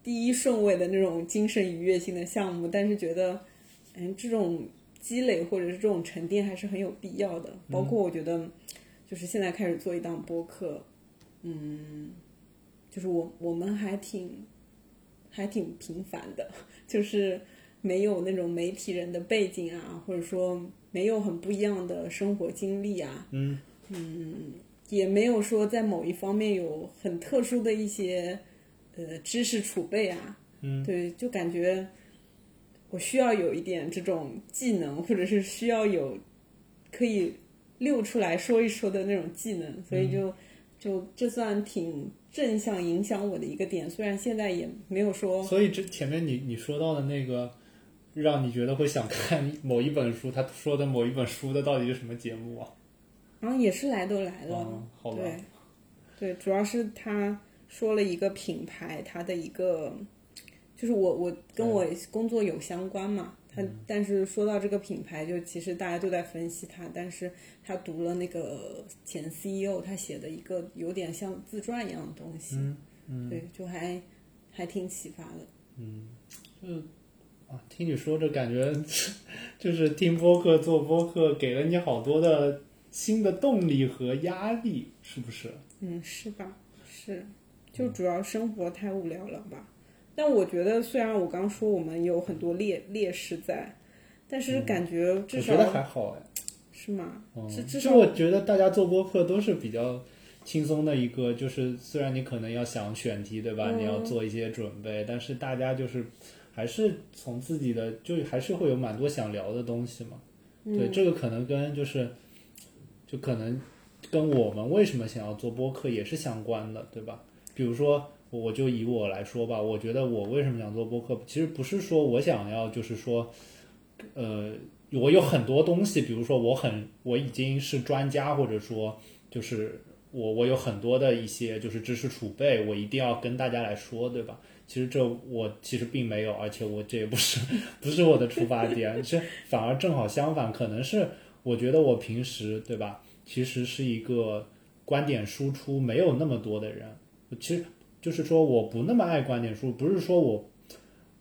Speaker 2: 第一顺位的那种精神愉悦性的项目，但是觉得嗯，这种积累或者是这种沉淀还是很有必要的。包括我觉得，就是现在开始做一档播客，嗯，就是我我们还挺还挺平凡的，就是没有那种媒体人的背景啊，或者说没有很不一样的生活经历啊，
Speaker 3: 嗯
Speaker 2: 也没有说在某一方面有很特殊的一些呃知识储备啊，
Speaker 3: 嗯，
Speaker 2: 对，就感觉我需要有一点这种技能，或者是需要有可以溜出来说一说的那种技能，所
Speaker 3: 嗯
Speaker 2: 以就、就这算挺正向影响我的一个点，虽然现在也没有说
Speaker 3: 所以这前面你你说到的那个，让你觉得会想看 某一本书，他说的某一本书的到底是什么节目啊？
Speaker 2: 然后也是来都来了，
Speaker 3: 嗯，好吧，
Speaker 2: 对，对，主要是他说了一个品牌，他的一个就是我我跟我
Speaker 3: 嗯
Speaker 2: 工作有相关嘛，他但是说到这个品牌，就其实大家都在分析他，但是他读了那个前 CEO 他写的一个有点像自传一样的东西，
Speaker 3: 嗯嗯
Speaker 2: 对，就还还挺启发的。
Speaker 3: 啊，听你说这感觉， 就是听播客做播客给了你好多的新的动力和压力，是不是？
Speaker 2: 嗯，是吧？是，就
Speaker 3: 嗯
Speaker 2: 主要生活太无聊了吧？但我觉得，虽然我刚说我们有很多劣劣势在，但是感觉
Speaker 3: 嗯我
Speaker 2: 嗯至少、
Speaker 3: 觉得还好哎，
Speaker 2: 是吗？至
Speaker 3: 嗯，
Speaker 2: 至
Speaker 3: 就
Speaker 2: 少
Speaker 3: 我觉得大家做播客都是比较轻松的一个，就是虽然你可能要想选题，对吧？你要做一些准备，但是大家就是还是从自己的，就还是会有蛮多想聊的东西嘛。对，这个可能跟就是，就可能跟我们为什么想要做播客也是相关的，对吧？比如说，我就以我来说吧，我觉得我为什么想做播客，其实不是说我想要，就是说，呃，我有很多东西，比如说我很我已经是专家，或者说就是我我有很多的一些就是知识储备，我一定要跟大家来说，对吧？其实这我其实并没有，而且我这也不是 不是我的出发点，这反而正好相反，可能是我觉得我平时对吧，其实是一个观点输出没有那么多的人，其实就是说我不那么爱观点输出，不是说我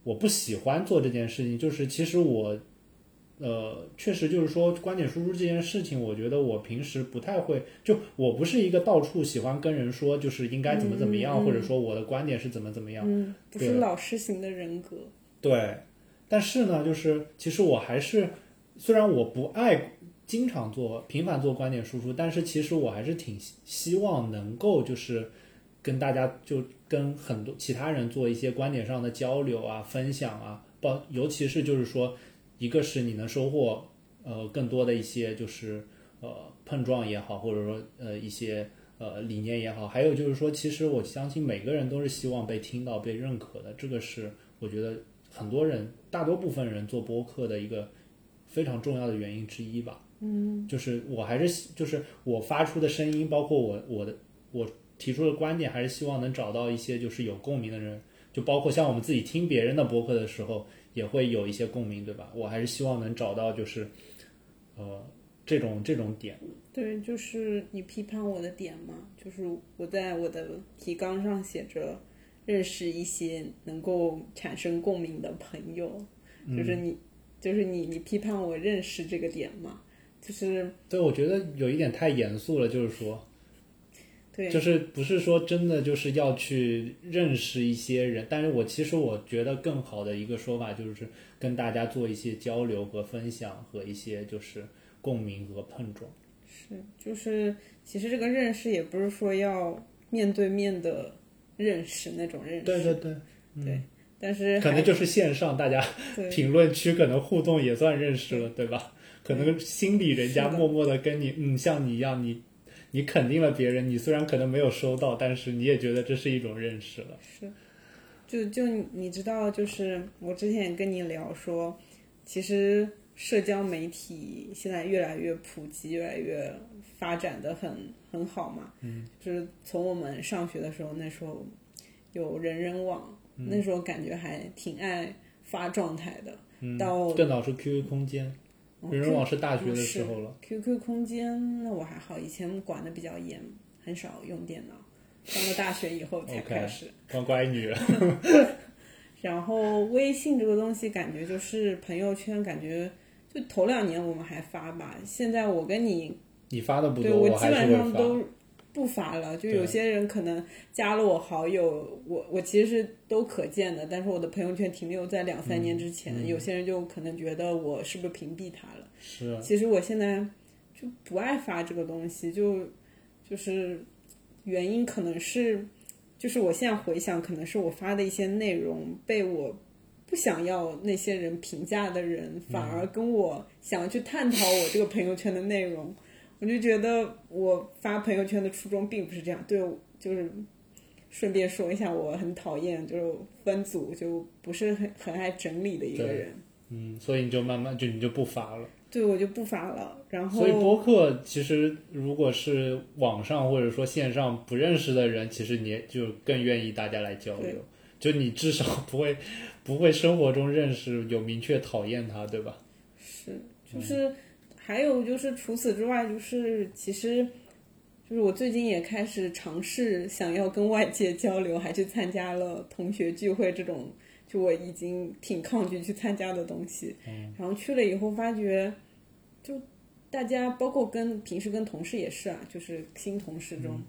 Speaker 3: 我不喜欢做这件事情，就是其实我呃，确实就是说观点输出这件事情，我觉得我平时不太会，就我不是一个到处喜欢跟人说就是应该怎么怎么样，或者说我的观点是怎么怎么样。
Speaker 2: 嗯，不是
Speaker 3: 对
Speaker 2: 老师型的人格，
Speaker 3: 对，但是呢，就是其实我还是，虽然我不爱经常做、频繁做观点输出，但是其实我还是挺希希望能够就是跟大家就跟很多其他人做一些观点上的交流啊、分享啊，包尤其是就是说，一个是你能收获呃更多的一些就是呃碰撞也好，或者说呃一些。呃，理念也好，还有就是说，其实我相信每个人都是希望被听到、被认可的，这个是我觉得很多人，大多部分人做播客的一个非常重要的原因之一吧。嗯，就是我还是希就是我发出的声音，包括我我的我提出的观点，还是希望能找到一些就是有共鸣的人，就包括像我们自己听别人的播客的时候，也会有一些共鸣，对吧？我还是希望能找到就是呃这种这种点，
Speaker 2: 对，就是你批判我的点嘛，就是我在我的提纲上写着认识一些能够产生共鸣的朋友，就是
Speaker 3: 嗯
Speaker 2: 你，就是你，你批判我认识这个点嘛，就是
Speaker 3: 对我觉得有一点太严肃了，就是说。
Speaker 2: 对，
Speaker 3: 就是不是说真的就是要去认识一些人，但是我其实我觉得更好的一个说法就是跟大家做一些交流和分享和一些就是共鸣和碰撞。
Speaker 2: 是，就是其实这个认识也不是说要面对面的认识那种认识，
Speaker 3: 对对对，嗯，
Speaker 2: 但是
Speaker 3: 可
Speaker 2: 还
Speaker 3: 能就是线上大家
Speaker 2: 对
Speaker 3: 评论区可能互动也算认识了，对吧？可能心里人家
Speaker 2: 是的
Speaker 3: 默默的跟你，嗯，像你一样，你你肯定了别人，你虽然可能没有收到，但是你也觉得这是一种认识了。
Speaker 2: 是，就就你你知道，就是我之前也跟你聊说，其实社交媒体现在越来越普及，越来越发展的很很好嘛。嗯，就是从我们上学的时候，那时候有人人网，
Speaker 3: 嗯
Speaker 2: 那时候感觉还挺爱发状态的。
Speaker 3: 嗯
Speaker 2: 到，
Speaker 3: 更早是 QQ 空间，
Speaker 2: 哦
Speaker 3: 人人网是大
Speaker 2: 这
Speaker 3: 学的
Speaker 2: 哦是
Speaker 3: 时候了。
Speaker 2: QQ 空间那我还好，以前管的比较严，很少用电脑。上了大学以后才
Speaker 3: OK
Speaker 2: 开始。
Speaker 3: 乖乖女，
Speaker 2: 然后微信这个东西，感觉就是朋友圈，感觉就就头两年我们还发吧，现在我跟你
Speaker 3: 你发的不
Speaker 2: 对
Speaker 3: 多，
Speaker 2: 我基
Speaker 3: 还
Speaker 2: 本
Speaker 3: 是
Speaker 2: 上
Speaker 3: 会发。
Speaker 2: 都不发了，就
Speaker 3: 对
Speaker 2: 有些人可能加了我好友，我我其实是都可见的，但是我的朋友圈停留在两三年之前，
Speaker 3: 嗯
Speaker 2: 有些人就可能觉得我是不是屏蔽他了？
Speaker 3: 是
Speaker 2: 其实我现在就不爱发这个东西，就就是原因可能是，就是我现在回想，可能是我发的一些内容被我。不想要那些人评价的人，反而
Speaker 3: 嗯
Speaker 2: 跟我想要去探讨我这个朋友圈的内容，我就觉得我发朋友圈的初衷并不是这样。对，就是顺便说一下，我很讨厌就是分组，就不是很很爱整理的一个
Speaker 3: 对
Speaker 2: 人。
Speaker 3: 嗯，所以你就慢慢就你就不发了。
Speaker 2: 对，我就不发了。然后
Speaker 3: 所以播客其实如果是网上或者说线上不认识的人，其实你也就更愿意大家来交流
Speaker 2: 对。
Speaker 3: 就你至少不会不会生活中认识有明确讨厌他，对吧？
Speaker 2: 是，就是、还有就是除此之外，就是其实就是我最近也开始尝试想要跟外界交流，还去参加了同学聚会这种，就我已经挺抗拒去参加的东西。然后去了以后发觉，就大家包括跟平时跟同事也是啊，就是新同事中，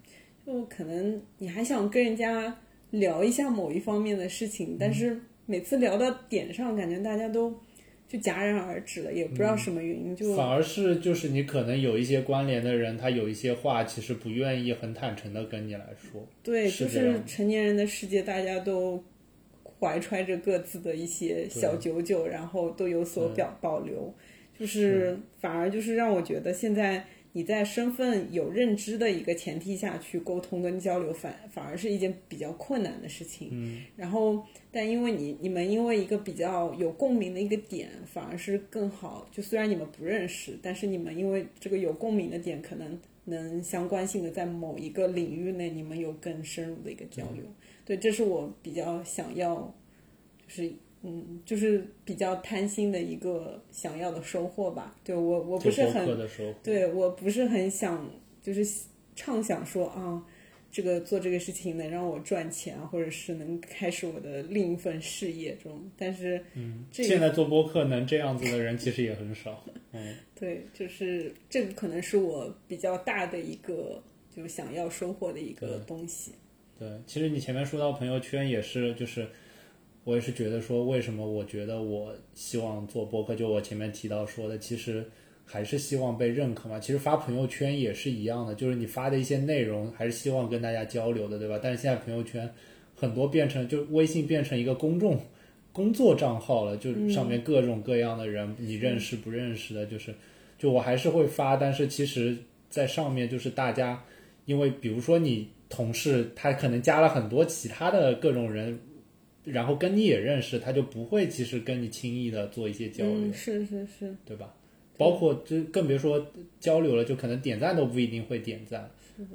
Speaker 2: 就可能你还想跟人家聊一下某一方面的事情，但是每次聊到点上，感觉大家都。就戛然而止了，也不知道什么原因，就
Speaker 3: 反而是就是你可能有一些关联的人，他有一些话其实不愿意很坦诚的跟你来说。
Speaker 2: 对，
Speaker 3: 是
Speaker 2: 就
Speaker 3: 这样
Speaker 2: 是成年人的世界，大家都怀揣着各自的一些小九九，然后都有所表保留，就是反而就是让我觉得现在你在身份有认知的一个前提下去沟通跟交流，反反而是一件比较困难的事情。嗯，然后但因为你你们因为一个比较有共鸣的一个点，反而是更好。就虽然你们不认识，但是你们因为这个有共鸣的点，可能能相关性的在某一个领域内，你们有更深入的一个交流。对，这是我比较想要，就是嗯，就是比较贪心的一个想要的收获吧。对我，我不是
Speaker 3: 做播客
Speaker 2: 很
Speaker 3: 的时候，
Speaker 2: 对我不是很想，就是畅想说啊，这个做这个事情能让我赚钱啊，或者是能开始我的另一份事业这种。但是，嗯，这个
Speaker 3: 现在做播客能这样子的人其实也很少。嗯，
Speaker 2: 对，就是这个可能是我比较大的一个，就是想要收获的一个
Speaker 3: 对
Speaker 2: 东西。
Speaker 3: 对，其实你前面说到朋友圈也是，就是我也是觉得说，为什么我觉得我希望做播客，就我前面提到说的，其实还是希望被认可嘛。其实发朋友圈也是一样的，就是你发的一些内容还是希望跟大家交流的，对吧？但是现在朋友圈很多变成，就微信变成一个公众。工作账号了，就上面各种各样的人，你认识不认识的，就是，就我还是会发，但是其实，在上面就是大家因为比如说你同事他可能加了很多其他的各种人，然后跟你也认识，他就不会其实跟你轻易的做一些交流，
Speaker 2: 嗯，是是是，
Speaker 3: 对吧？包括就更别说交流了，就可能点赞都不一定会点赞。
Speaker 2: 是的，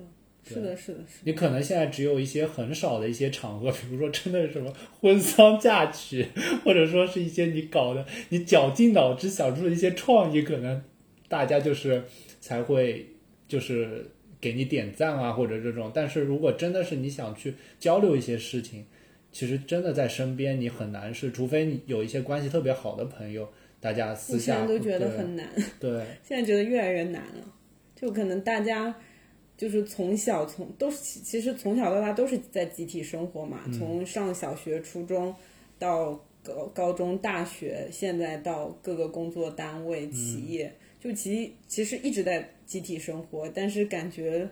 Speaker 2: 是的，是
Speaker 3: 你可能现在只有一些很少的一些场合，比如说真的是什么婚丧嫁娶， 或者说是一些你搞的你绞尽脑汁想出的一些创意，可能大家就是才会就是给你点赞啊，或者这种。但是如果真的是你想去交流一些事情，其实真的在身边你很难是，除非你有一些关系特别好的朋友，大家
Speaker 2: 的，
Speaker 3: 私
Speaker 2: 我现
Speaker 3: 下
Speaker 2: 在都觉得
Speaker 3: 对
Speaker 2: 很难。
Speaker 3: 对
Speaker 2: 现在觉得越来越难了。就可能大家就是从小从都是其其实从小到大都是在集体生活嘛，从上小学、初中到高高中、大学，现在到各个工作单位、企业，就其其实一直在集体生活，但是感觉。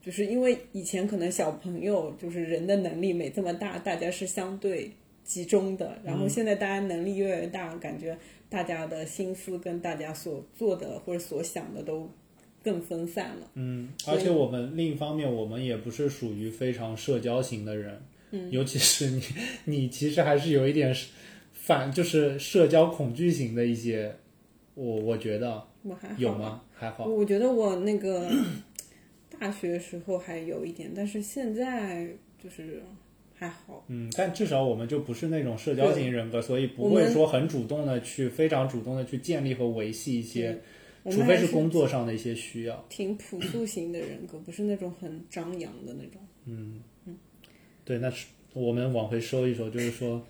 Speaker 2: 就是因为以前可能小朋友就是人的能力没这么大，大家是相对集中的，然后现在大家能力越来越大，感觉大家的心思跟大家所做的或者所想的都更分散了。
Speaker 3: 嗯，而且我们另一方面，我们也不是属于非常社交型的人，嗯，尤其是你，你其实还是有一点是反，就是社交恐惧型的一些，我我觉得
Speaker 2: 我还好
Speaker 3: 有？吗？还好，
Speaker 2: 我觉得我那个 大学时候还有一点，但是现在就是还好。
Speaker 3: 嗯，但至少我们就不是那种社交型人格，所以不
Speaker 2: 我
Speaker 3: 会
Speaker 2: 们
Speaker 3: 说很主动的去非常主动的去建立和维系一些，
Speaker 2: 我
Speaker 3: 除
Speaker 2: 们
Speaker 3: 非
Speaker 2: 还
Speaker 3: 是工作上的一些需要。
Speaker 2: 挺朴素型的人格，不是那种很张扬的那种。
Speaker 3: 对，那是我们往回收一收，就是说，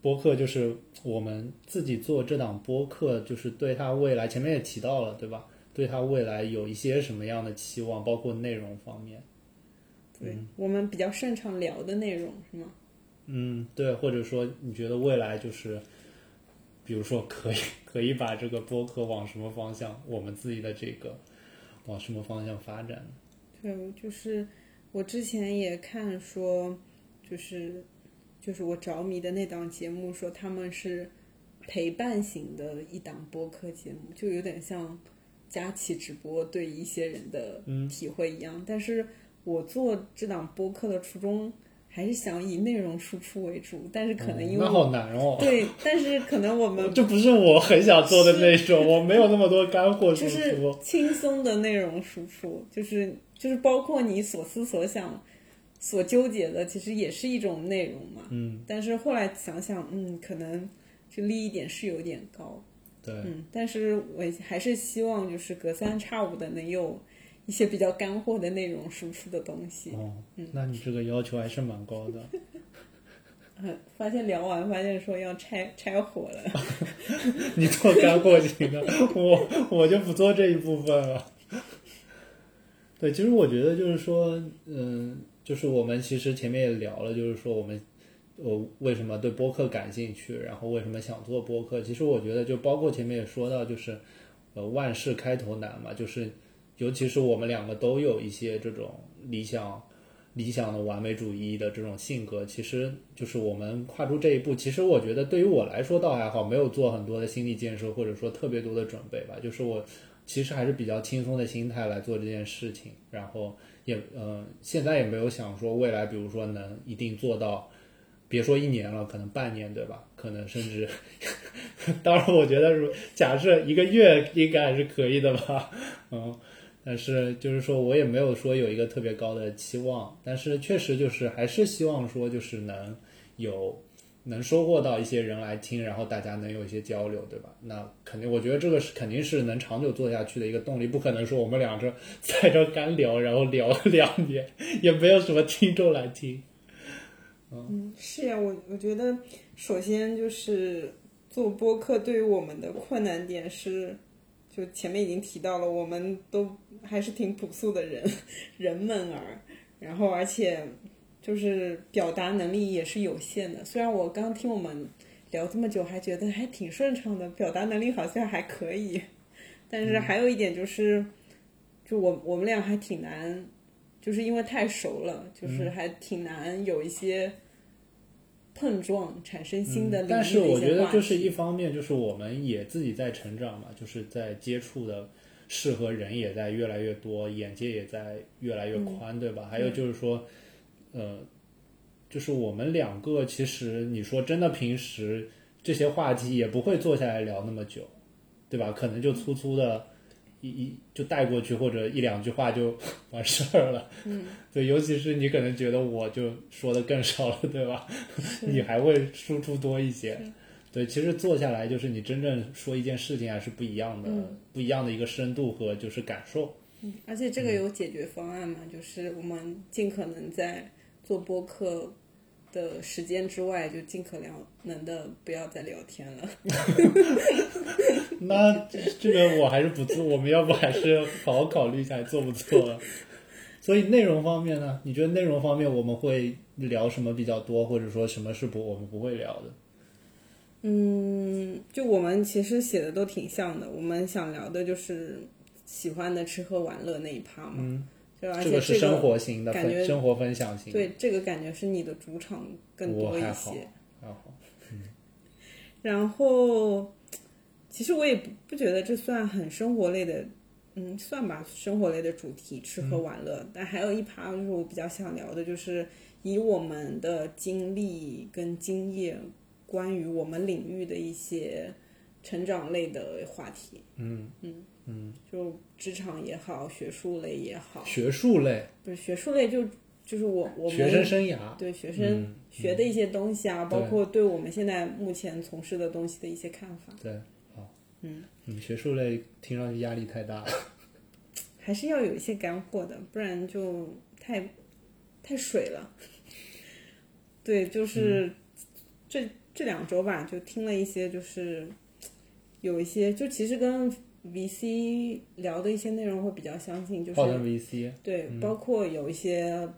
Speaker 3: 播客就是我们自己做这档播客，就是对它未来前面也提到了，对吧？对它未来有一些什么样的期望，包括内容方面。
Speaker 2: 对、我们比较擅长聊的内容是吗？
Speaker 3: 嗯，对，或者说你觉得未来就是，比如说可以可以把这个播客往什么方向，我们自己的这个往什么方向发展？
Speaker 2: 对，就是我之前也看说，就是就是我着迷的那档节目，说他们是陪伴型的一档播客节目，就有点像佳琪直播对一些人的
Speaker 3: 嗯
Speaker 2: 体会一样。但是我做这档播客的初衷还是想以内容输出为主，但是可能因为
Speaker 3: 那好难哦。
Speaker 2: 对，但是可能我们
Speaker 3: 这不是我很想做的那种，我没有那么多干货
Speaker 2: 就
Speaker 3: 输
Speaker 2: 是
Speaker 3: 出。
Speaker 2: 轻松的内容输出，就是就是包括你所思所想、所纠结的，其实也是一种内容嘛。
Speaker 3: 嗯，
Speaker 2: 但是后来想想，嗯，可能这利益点是有点高，
Speaker 3: 对，
Speaker 2: 嗯，但是我还是希望就是隔三差五的能有一些比较干货的内容输出的东西。
Speaker 3: 哦，那你这个要求还是蛮高的。
Speaker 2: 嗯，发现聊完发现说要拆拆火了，
Speaker 3: 你做干货型的，我我就不做这一部分了。对，其实我觉得就是说，嗯，就是我们其实前面也聊了，就是说我们我为什么对播客感兴趣，然后为什么想做播客。其实我觉得就包括前面也说到，就是呃万事开头难嘛，就是尤其是我们两个都有一些这种理想。理想的完美主义的这种性格，其实就是我们跨出这一步。其实我觉得对于我来说倒还好，没有做很多的心理建设，或者说特别多的准备吧。就是我其实还是比较轻松的心态来做这件事情，然后也呃，现在也没有想说未来，比如说能一定做到，别说一年了，可能半年对吧？可能甚至， 当然我觉得如假设一个月应该还是可以的吧，嗯。但是就是说我也没有说有一个特别高的期望，但是确实就是还是希望说就是能有能收获到一些人来听，然后大家能有一些交流，对吧？那肯定，我觉得这个是肯定是能长久做下去的一个动力，不可能说我们俩这在这干聊，然后聊 两年也没有什么听众来听。
Speaker 5: 嗯是呀、我我觉得首先就是做播客对于我们的困难点是，就前面已经提到了，我们都还是挺朴素的人，人们儿，然后而且就是表达能力也是有限的。虽然我刚听我们聊这么久，还觉得还挺顺畅的，表达能力好像还可以，
Speaker 3: 嗯
Speaker 5: 但是还有一点就是，就我我们俩还挺难。就是因为太熟了，就是还挺难有一些
Speaker 2: 碰撞产生新的领
Speaker 3: 嗯
Speaker 2: 域
Speaker 3: 但
Speaker 2: 的一些
Speaker 3: 是
Speaker 2: 话题、
Speaker 3: 我觉得就是一方面，就是我们也自己在成长嘛，就是在接触的适合人也在越来越多，眼界也在越来越
Speaker 2: 嗯
Speaker 3: 宽，对吧？还有就是说，呃，就是我们两个其实你说真的，平时这些话题也不会坐下来聊那么久，对吧？可能
Speaker 2: 嗯
Speaker 3: 就粗粗的。一一就带过去，或者一两句话就 完事儿了。嗯，对，尤其是你可能觉得我就说的更少了，对吧？你还会输出多一些。对，其实做下来就是你真正说一件事情还啊是不一样的，
Speaker 2: 嗯
Speaker 3: 不一样的一个深度和就是感受。
Speaker 2: 而且
Speaker 3: 嗯
Speaker 2: 这个有解决方案嘛？就是我们尽可能在做播客的时间之外，就尽可能的不要再聊天了。
Speaker 3: 那这这个我还是不做，我们要不还是好好考虑一下做不做了。所以内容方面呢，你觉得内容方面我们会聊什么比较多，或者说什么是不我们不会聊的？
Speaker 2: 嗯，就我们其实写的都挺像的，我们想聊的就是喜欢的吃喝玩乐那一趴嘛。
Speaker 3: 嗯
Speaker 2: 就而且
Speaker 3: 这个是生活型的
Speaker 2: 感
Speaker 3: 分
Speaker 2: 觉
Speaker 3: 生活分享型的，
Speaker 2: 对这个感觉是你的主场更
Speaker 3: 我
Speaker 2: 多一
Speaker 3: 还好
Speaker 2: 些。，
Speaker 3: 还好。
Speaker 2: 然后，其实我也不不觉得这算很生活类的，嗯，算吧，生活类的主题，吃喝
Speaker 3: 嗯
Speaker 2: 玩乐。但还有一趴就是我比较想聊的，就是以我们的经历跟经验，关于我们领域的一些成长类的话题，
Speaker 3: 嗯，
Speaker 2: 就职场也好，学术类也好，
Speaker 3: 学术类，
Speaker 2: 不是学术类就就是我我们
Speaker 3: 学生生涯，嗯
Speaker 2: 对学生学的一些东西啊，包
Speaker 3: 对
Speaker 2: 括对我们现在目前从事的东西的一些看法。
Speaker 3: 对，好，嗯嗯，学术类听上去压力太大了。
Speaker 2: 还是要有一些干货的，不然就 太太水了。对，就是、这这两周吧，就听了一些，就是有一些，就其实跟 VC 聊的一些内容会比较相近，就是
Speaker 3: 泡腾 VC，
Speaker 2: 对，包括有一些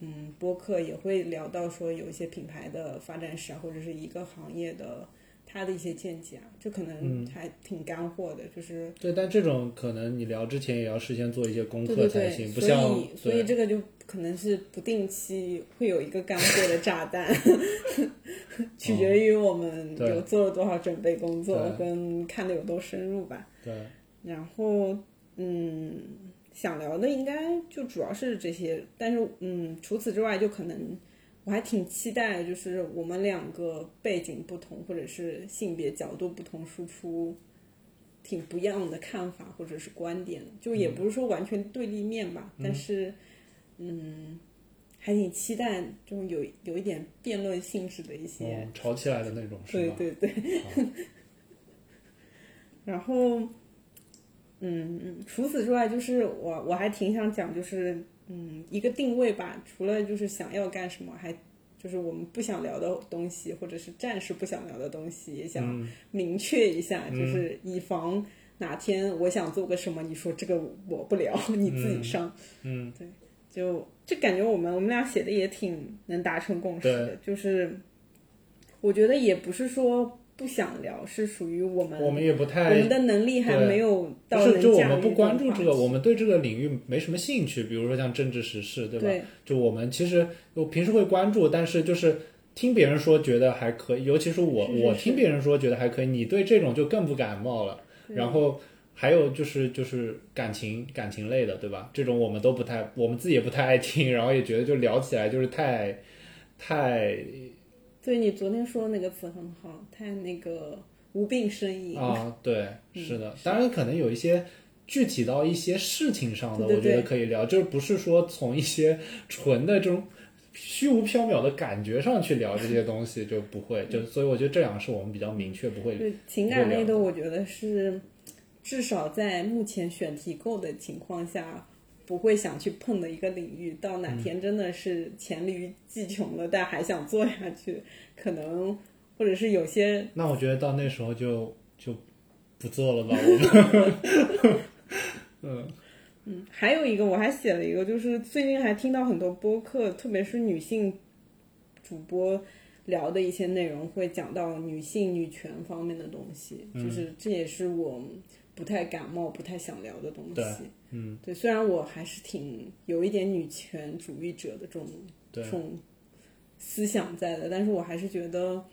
Speaker 2: 嗯播客也会聊到说有一些品牌的发展史啊，或者是一个行业的他的一些见解啊，就可能还挺干货的，就是
Speaker 3: 对，但这种可能你聊之前也要事先做一些功
Speaker 2: 对
Speaker 3: 课
Speaker 2: 对
Speaker 3: 才
Speaker 2: 对，
Speaker 3: 行，不
Speaker 2: 所
Speaker 3: 像
Speaker 2: 以所以
Speaker 3: 对嗯
Speaker 2: 这个就可能是不定期会有一个干货的炸弹， 取决于我们
Speaker 3: 嗯对
Speaker 2: 有做了多少准备工作
Speaker 3: 对
Speaker 2: 跟看的有多深入吧。
Speaker 3: 对，
Speaker 2: 然后嗯，想聊的应该就主要是这些，但是嗯，除此之外就可能。我还挺期待，就是我们两个背景不同，或者是性别角度不同，输出挺不一样的看法或者是观点，就也不是说完全对立面吧，但是，嗯，还挺期待这种有有一点辩论性质的一些，
Speaker 3: 嗯，吵起来的那种是
Speaker 2: 对
Speaker 3: 吧？啊
Speaker 2: 对对。 然后，嗯，除此之外，就是我我还挺想讲，就是嗯，一个定位吧，除了就是想要干什么，还就是我们不想聊的东西，或者是暂时不想聊的东西，也想
Speaker 3: 嗯
Speaker 2: 明确一下，就是以防哪天我想做个什么，你说这个我不聊， 你自己上。
Speaker 3: 嗯，
Speaker 2: 就就感觉我们我们俩写的也挺能达成共识的，就是我觉得也不是说不想聊，是属于我们
Speaker 3: 我们也不
Speaker 2: 我
Speaker 3: 太
Speaker 2: 们的能力还
Speaker 3: 对
Speaker 2: 没有
Speaker 3: 不
Speaker 2: 到
Speaker 3: 是，
Speaker 2: 能
Speaker 3: 就我
Speaker 2: 驾
Speaker 3: 们
Speaker 2: 驭
Speaker 3: 不关注
Speaker 2: 话
Speaker 3: 这个，
Speaker 2: 题
Speaker 3: 我们对这个领域没什么兴趣。比如说像政治时事，对吧？
Speaker 2: 对
Speaker 3: 就我们其实我平时会关注，但是就是听别人说觉得还可以，尤其是我
Speaker 2: 是是
Speaker 3: 我
Speaker 2: 是
Speaker 3: 听别人说觉得还可以，你对这种就更不感冒了。然后还有就是就是感情感情类的，对吧？这种我们都不太，我们自己也不太爱听，然后也觉得就聊起来就是太太
Speaker 2: 对你昨天说的那个词很好，太那个无病呻吟。
Speaker 3: 啊，对，是
Speaker 2: 嗯
Speaker 3: 的，当然可能有一些具体到一些事情上的，
Speaker 2: 对对
Speaker 3: 我觉
Speaker 2: 对
Speaker 3: 得可以聊，就是不是说从一些纯的这种虚无缥缈的感觉上去聊这些东西，就不会，
Speaker 2: 嗯
Speaker 3: 就所以我觉得这样是我们比较明确不会
Speaker 2: 就情感类的，我觉得是至少在目前选题够的情况下，不会想去碰的一个领域。到哪天真的是黔驴技穷了，但还想做下去，可能或者是有些
Speaker 3: 那我觉得到那时候就就不做了吧，我们
Speaker 2: 嗯，还有一个我还写了一个，就是最近还听到很多播客，特别是女性主播聊的一些内容，会讲到女性女权方面的东西，就是这也是我不太感冒、不太想聊的东
Speaker 3: 对
Speaker 2: 西。嗯，对，虽然我还是挺有一点女权主义者的这种这
Speaker 3: 对
Speaker 2: 种思想在的，但是我还是觉得，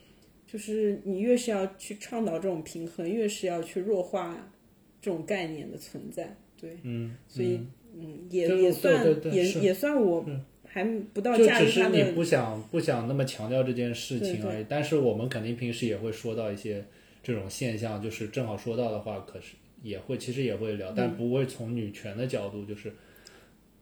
Speaker 2: 就是你越是要去倡导这种平衡，越是要去弱化这种概念的存在。对，
Speaker 3: 嗯，
Speaker 2: 所以嗯，也
Speaker 3: 对
Speaker 2: 也
Speaker 3: 对
Speaker 2: 算
Speaker 3: 对对
Speaker 2: 也
Speaker 3: 是嗯
Speaker 2: 也算我还不到
Speaker 3: 就
Speaker 2: 驾
Speaker 3: 只
Speaker 2: 驭
Speaker 3: 是
Speaker 2: 他
Speaker 3: 你
Speaker 2: 的
Speaker 3: 不想不想那么强调这件事
Speaker 2: 对
Speaker 3: 情
Speaker 2: 对
Speaker 3: 而已，但是我们肯定平时也会说到一些这种现象，就是正好说到的话，可是也会其实也会聊，
Speaker 2: 嗯
Speaker 3: 但不会从女权的角度，就是、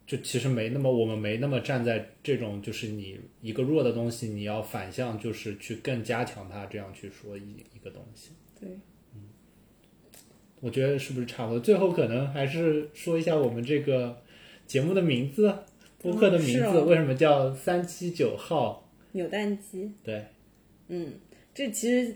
Speaker 3: 就其实没那么我们没那么站在这种就是你一个弱的东西，你要反向就是去更加强它，这样去说一一个东西。
Speaker 2: 对。
Speaker 3: 我觉得是不是差不多？最后可能还是说一下我们这个节目的名字，播客的
Speaker 2: 嗯
Speaker 3: 名
Speaker 2: 是
Speaker 3: 字、
Speaker 2: 哦
Speaker 3: 为什么叫三七九号？
Speaker 2: 扭蛋机。
Speaker 3: 对，
Speaker 2: 嗯，这其实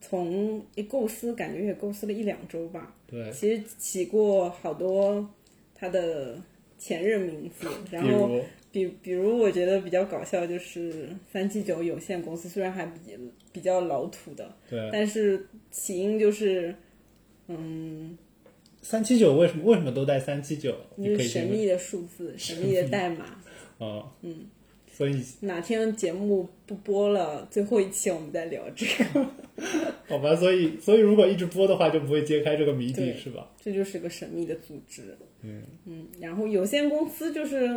Speaker 2: 从一构思，感觉也构思了一两周吧。
Speaker 3: 对，
Speaker 2: 其实起过好多他的前任名字，然后
Speaker 3: 比如
Speaker 2: 比比如，我觉得比较搞笑就是三七九有限公司，虽然还比比较老土的，
Speaker 3: 对
Speaker 2: 但是起因就是，嗯，
Speaker 3: 三七九为什么为什么都带三七九？你
Speaker 2: 就
Speaker 3: 可
Speaker 2: 是
Speaker 3: 以
Speaker 2: 神
Speaker 3: 先问
Speaker 2: 秘的数字，神秘的代码。
Speaker 3: 哦，嗯，所以
Speaker 2: 哪天节目不播了，最后一期我们再聊这个，
Speaker 3: 好吧，所以所以如果一直播的话，就不会揭开这个谜底，
Speaker 2: 对
Speaker 3: 是吧？
Speaker 2: 这就是个神秘的组织。嗯嗯，然后有限公司就是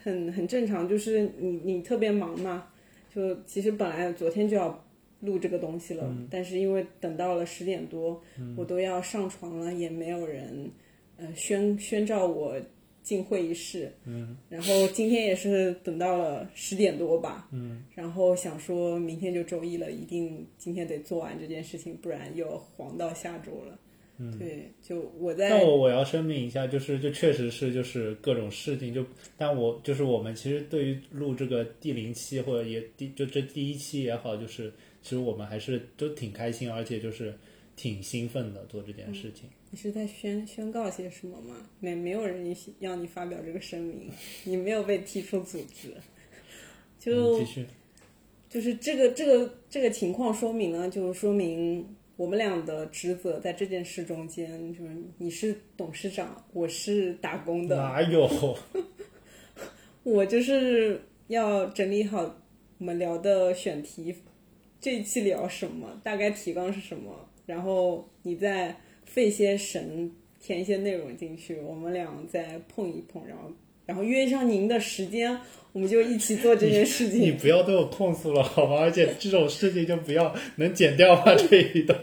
Speaker 2: 很很正常，就是你你特别忙嘛，就其实本来昨天就要录这个东西了，但是因为等到了十点多，我都要上床了，也没有人呃宣宣召我进会议室。嗯，然后今天也是等到了十点多吧。嗯，然后想说明天就周一了，一定今天得做完这件事情，不然又黄到下周了。嗯，对，就我
Speaker 3: 但
Speaker 2: 在
Speaker 3: 我我要声明一下，就是就确实是就是各种事情，就但我就是我们其实对于录这个第零期或者也第就这第一期也好，就是其实我们还是都挺开心，而且就是挺兴奋的做这件事情。
Speaker 2: 你是在宣宣告些什么吗？没没有人允许要你发表这个声明， 你没有被踢出组织，就
Speaker 3: 嗯继续，
Speaker 2: 就是这个这个这个情况说明呢，就是说明我们俩的职责在这件事中间，就是你是董事长，我是打工的，
Speaker 3: 哪有？
Speaker 2: 我就是要整理好我们聊的选题，这一期聊什么，大概提纲是什么，然后你再费些神填一些内容进去，我们俩再碰一碰，然后然后约上您的时间，我们就一起做这件事情。
Speaker 3: 你不要对我控诉了好吗？而且这种事情就不要，能剪掉吗？这一段。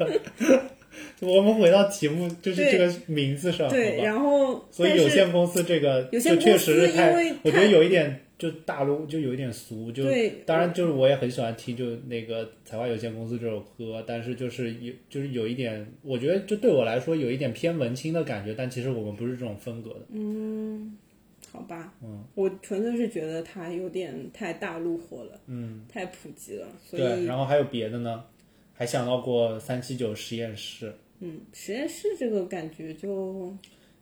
Speaker 3: 我们回到题目，就是这个名字上，
Speaker 2: 对，
Speaker 3: 好吧？
Speaker 2: 然后
Speaker 3: 所以
Speaker 2: 但
Speaker 3: 有
Speaker 2: 是
Speaker 3: 限公司这个
Speaker 2: 有
Speaker 3: 就
Speaker 2: 限
Speaker 3: 确实
Speaker 2: 公
Speaker 3: 是
Speaker 2: 司
Speaker 3: 太
Speaker 2: 因为，
Speaker 3: 我觉
Speaker 2: 太
Speaker 3: 得有一点就大陆就有一点俗，就
Speaker 2: 对
Speaker 3: 当然就是我也很喜欢听就那个《才华有限公司》这首歌，但是就是有就是有一点，我觉得就对我来说有一点偏文青的感觉，但其实我们不是这种风格的，
Speaker 2: 好吧，
Speaker 3: 嗯，
Speaker 2: 我纯粹是觉得它有点太大陆火了，
Speaker 3: 嗯，
Speaker 2: 太普及了，所
Speaker 3: 对。
Speaker 2: 以
Speaker 3: 然后还有别的呢，还想到过三七九实验室，
Speaker 2: 嗯，实验室这个感觉就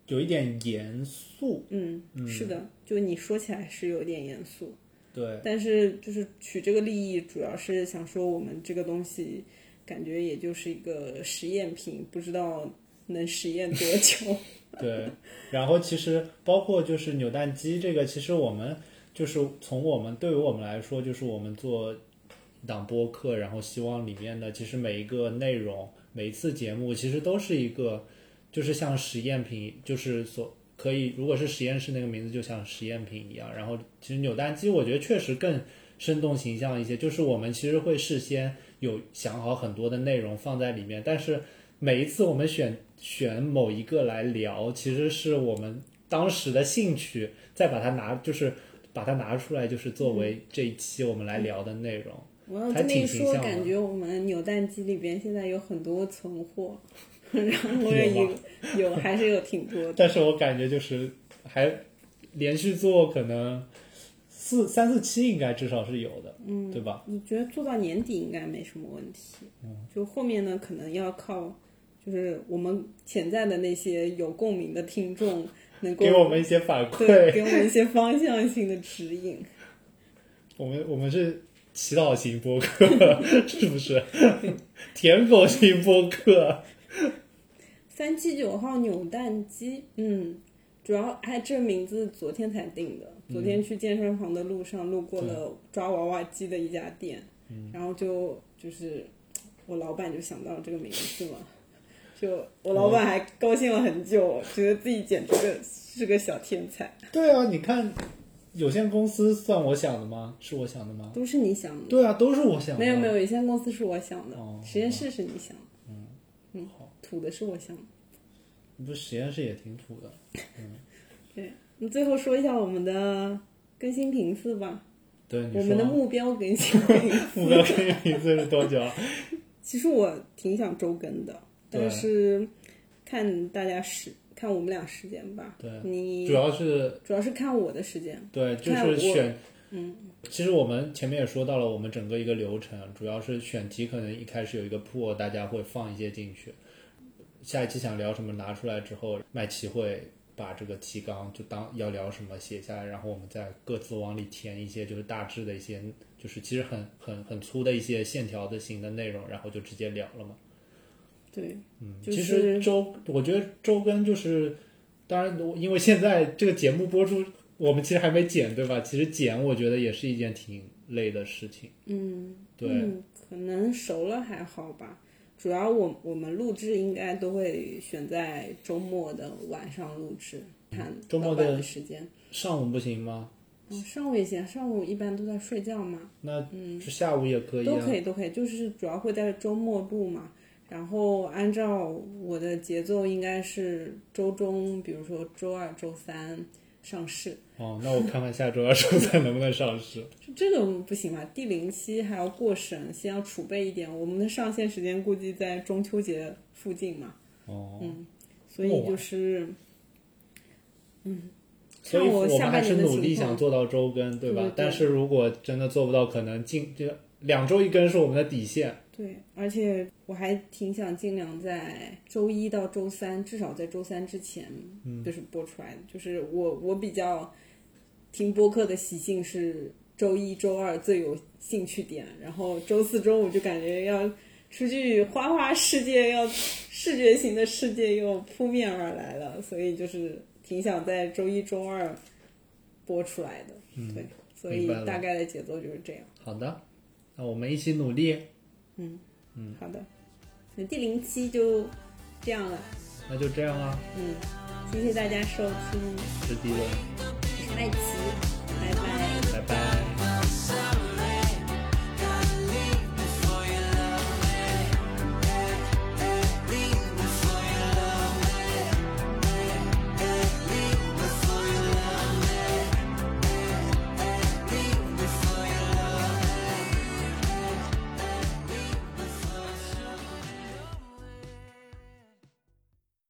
Speaker 3: 有一点严肃，
Speaker 2: 嗯是的，就你说起来是有点严肃，
Speaker 3: 对，
Speaker 2: 但是就是取这个利益，主要是想说我们这个东西感觉也就是一个实验品，不知道能实验多 久。
Speaker 3: 对，然后其实包括就是扭蛋机这个，其实我们就是从我们对于我们来说，就是我们做一档播客，然后希望里面的其实每一个内容、每一次节目，其实都是一个，就是像实验品，就是所可以，如果是实验室那个名字，就像实验品一样。然后其实扭蛋机，我觉得确实更生动形象一些，就是我们其实会事先有想好很多的内容放在里面，但是。每一次我们选选某一个来聊，其实是我们当时的兴趣，再把它拿，就是把它拿出来，就是作为这一期我们来聊的内容。
Speaker 2: 我要
Speaker 3: 还
Speaker 2: 这么一
Speaker 3: 挺形
Speaker 2: 说，
Speaker 3: 象的
Speaker 2: 感觉我们扭蛋机里边现在有很多存货，然 后有有还是有挺多的。
Speaker 3: 但是我感觉就是还连续做可能四三四期应该至少是有的，嗯，对吧？
Speaker 2: 你觉得做到年底应该没什么问题，
Speaker 3: 嗯
Speaker 2: 就后面呢可能要靠，就是我们潜在的那些有共鸣的听众能够
Speaker 3: 给我们一些反
Speaker 2: 对
Speaker 3: 馈，
Speaker 2: 给我们一些方向性的指引，
Speaker 3: 我们我们是祈祷型播客， 是不是？ 舔狗型播客，
Speaker 2: 三七九号扭蛋机，嗯，主要哎，这名字昨天才定的，昨天
Speaker 3: 嗯
Speaker 2: 去健身房的路上路过了抓娃娃机的一家店，
Speaker 3: 嗯
Speaker 2: 然后就就是我老板就想到这个名字嘛，就我
Speaker 3: 嗯
Speaker 2: 老板还高兴了很久，觉得自己简直个是个小天才，
Speaker 3: 对啊，你看，有限公司算我想的吗？是我想的吗？
Speaker 2: 都是你想的，
Speaker 3: 对啊，都是我想的。
Speaker 2: 没有没有，有限公司是我想的，
Speaker 3: 哦
Speaker 2: 实验室是你想的，嗯
Speaker 3: 好
Speaker 2: 土的是我想的。
Speaker 3: 有，不是实验室也挺土的。
Speaker 2: 对，你最后说一下我们的更新频次吧，
Speaker 3: 对，你
Speaker 2: 我们的
Speaker 3: 说
Speaker 2: 目标更新频次。
Speaker 3: 目标跟名字是多久啊？
Speaker 2: 其实我挺想周更的，
Speaker 3: 对
Speaker 2: 但是看大家时，看我们俩时间吧。
Speaker 3: 对
Speaker 2: 你
Speaker 3: 主要是
Speaker 2: 主要是看我的时间。
Speaker 3: 对，就
Speaker 2: 看我
Speaker 3: 是选。嗯，其实我们前面也说到了，我们整个一个流程主要是选题，可能一开始有一个 pool，大家会放一些进去。下一期想聊什么拿出来之后，麦琪会把这个提纲就当要聊什么写下来，然后我们再各自往里填一些，就是大致的一些，就是其实很很很粗的一些线条的型的内容，然后就直接聊了嘛。
Speaker 2: 对，
Speaker 3: 嗯，
Speaker 2: 就是
Speaker 3: 其实周，我觉得周更就是，当然我因为现在这个节目播出，我们其实还没剪，对吧？其实剪我觉得也是一件挺累的事情。
Speaker 2: 嗯，
Speaker 3: 对，
Speaker 2: 嗯，可能熟了还好吧。主要我我们录制应该都会选在周末的晚上录制，看
Speaker 3: 嗯周末
Speaker 2: 老板
Speaker 3: 的
Speaker 2: 的时间。
Speaker 3: 上午不行吗？
Speaker 2: 嗯，上午也行，上午一般都在睡觉嘛。
Speaker 3: 那是下午也可以啊。
Speaker 2: 嗯都可以，都可以，就是主要会在周末录嘛。然后按照我的节奏，应该是周中，比如说周二、周三上市。
Speaker 3: 哦，那我看看下周二、周三能不能上市。
Speaker 2: 就这个不行吧？第零期还要过审，先要储备一点。我们的上线时间估计在中秋节附近嘛，
Speaker 3: 哦，
Speaker 2: 所以就是，嗯
Speaker 3: 所以
Speaker 2: 看我
Speaker 3: 我
Speaker 2: 下
Speaker 3: 们
Speaker 2: 半
Speaker 3: 还是
Speaker 2: 年的
Speaker 3: 努力
Speaker 2: 情况
Speaker 3: 想做到周更，对吧？
Speaker 2: 对对对
Speaker 3: 但是如果真的做不到，可能尽这个两周一根是我们的底线。
Speaker 2: 对，而且我还挺想尽量在周一到周三，至少在周三之前，
Speaker 3: 嗯
Speaker 2: 就是播出来的。就是我我比较听播客的习性是周一周二最有兴趣点，然后周四周五就感觉要出去花花世界，要视觉型的世界又扑面而来了，所以就是挺想在周一周二播出来的。对，所以
Speaker 3: 嗯明白了
Speaker 2: 大概的节奏就是这样。
Speaker 3: 好的，那我们一起努力，
Speaker 2: 好的，那第零期就这样了。
Speaker 3: 那就这样啊啦，
Speaker 2: 嗯，谢谢大家收听，
Speaker 3: 是迪伦，
Speaker 2: 我是麦琪，拜拜。
Speaker 3: 拜拜。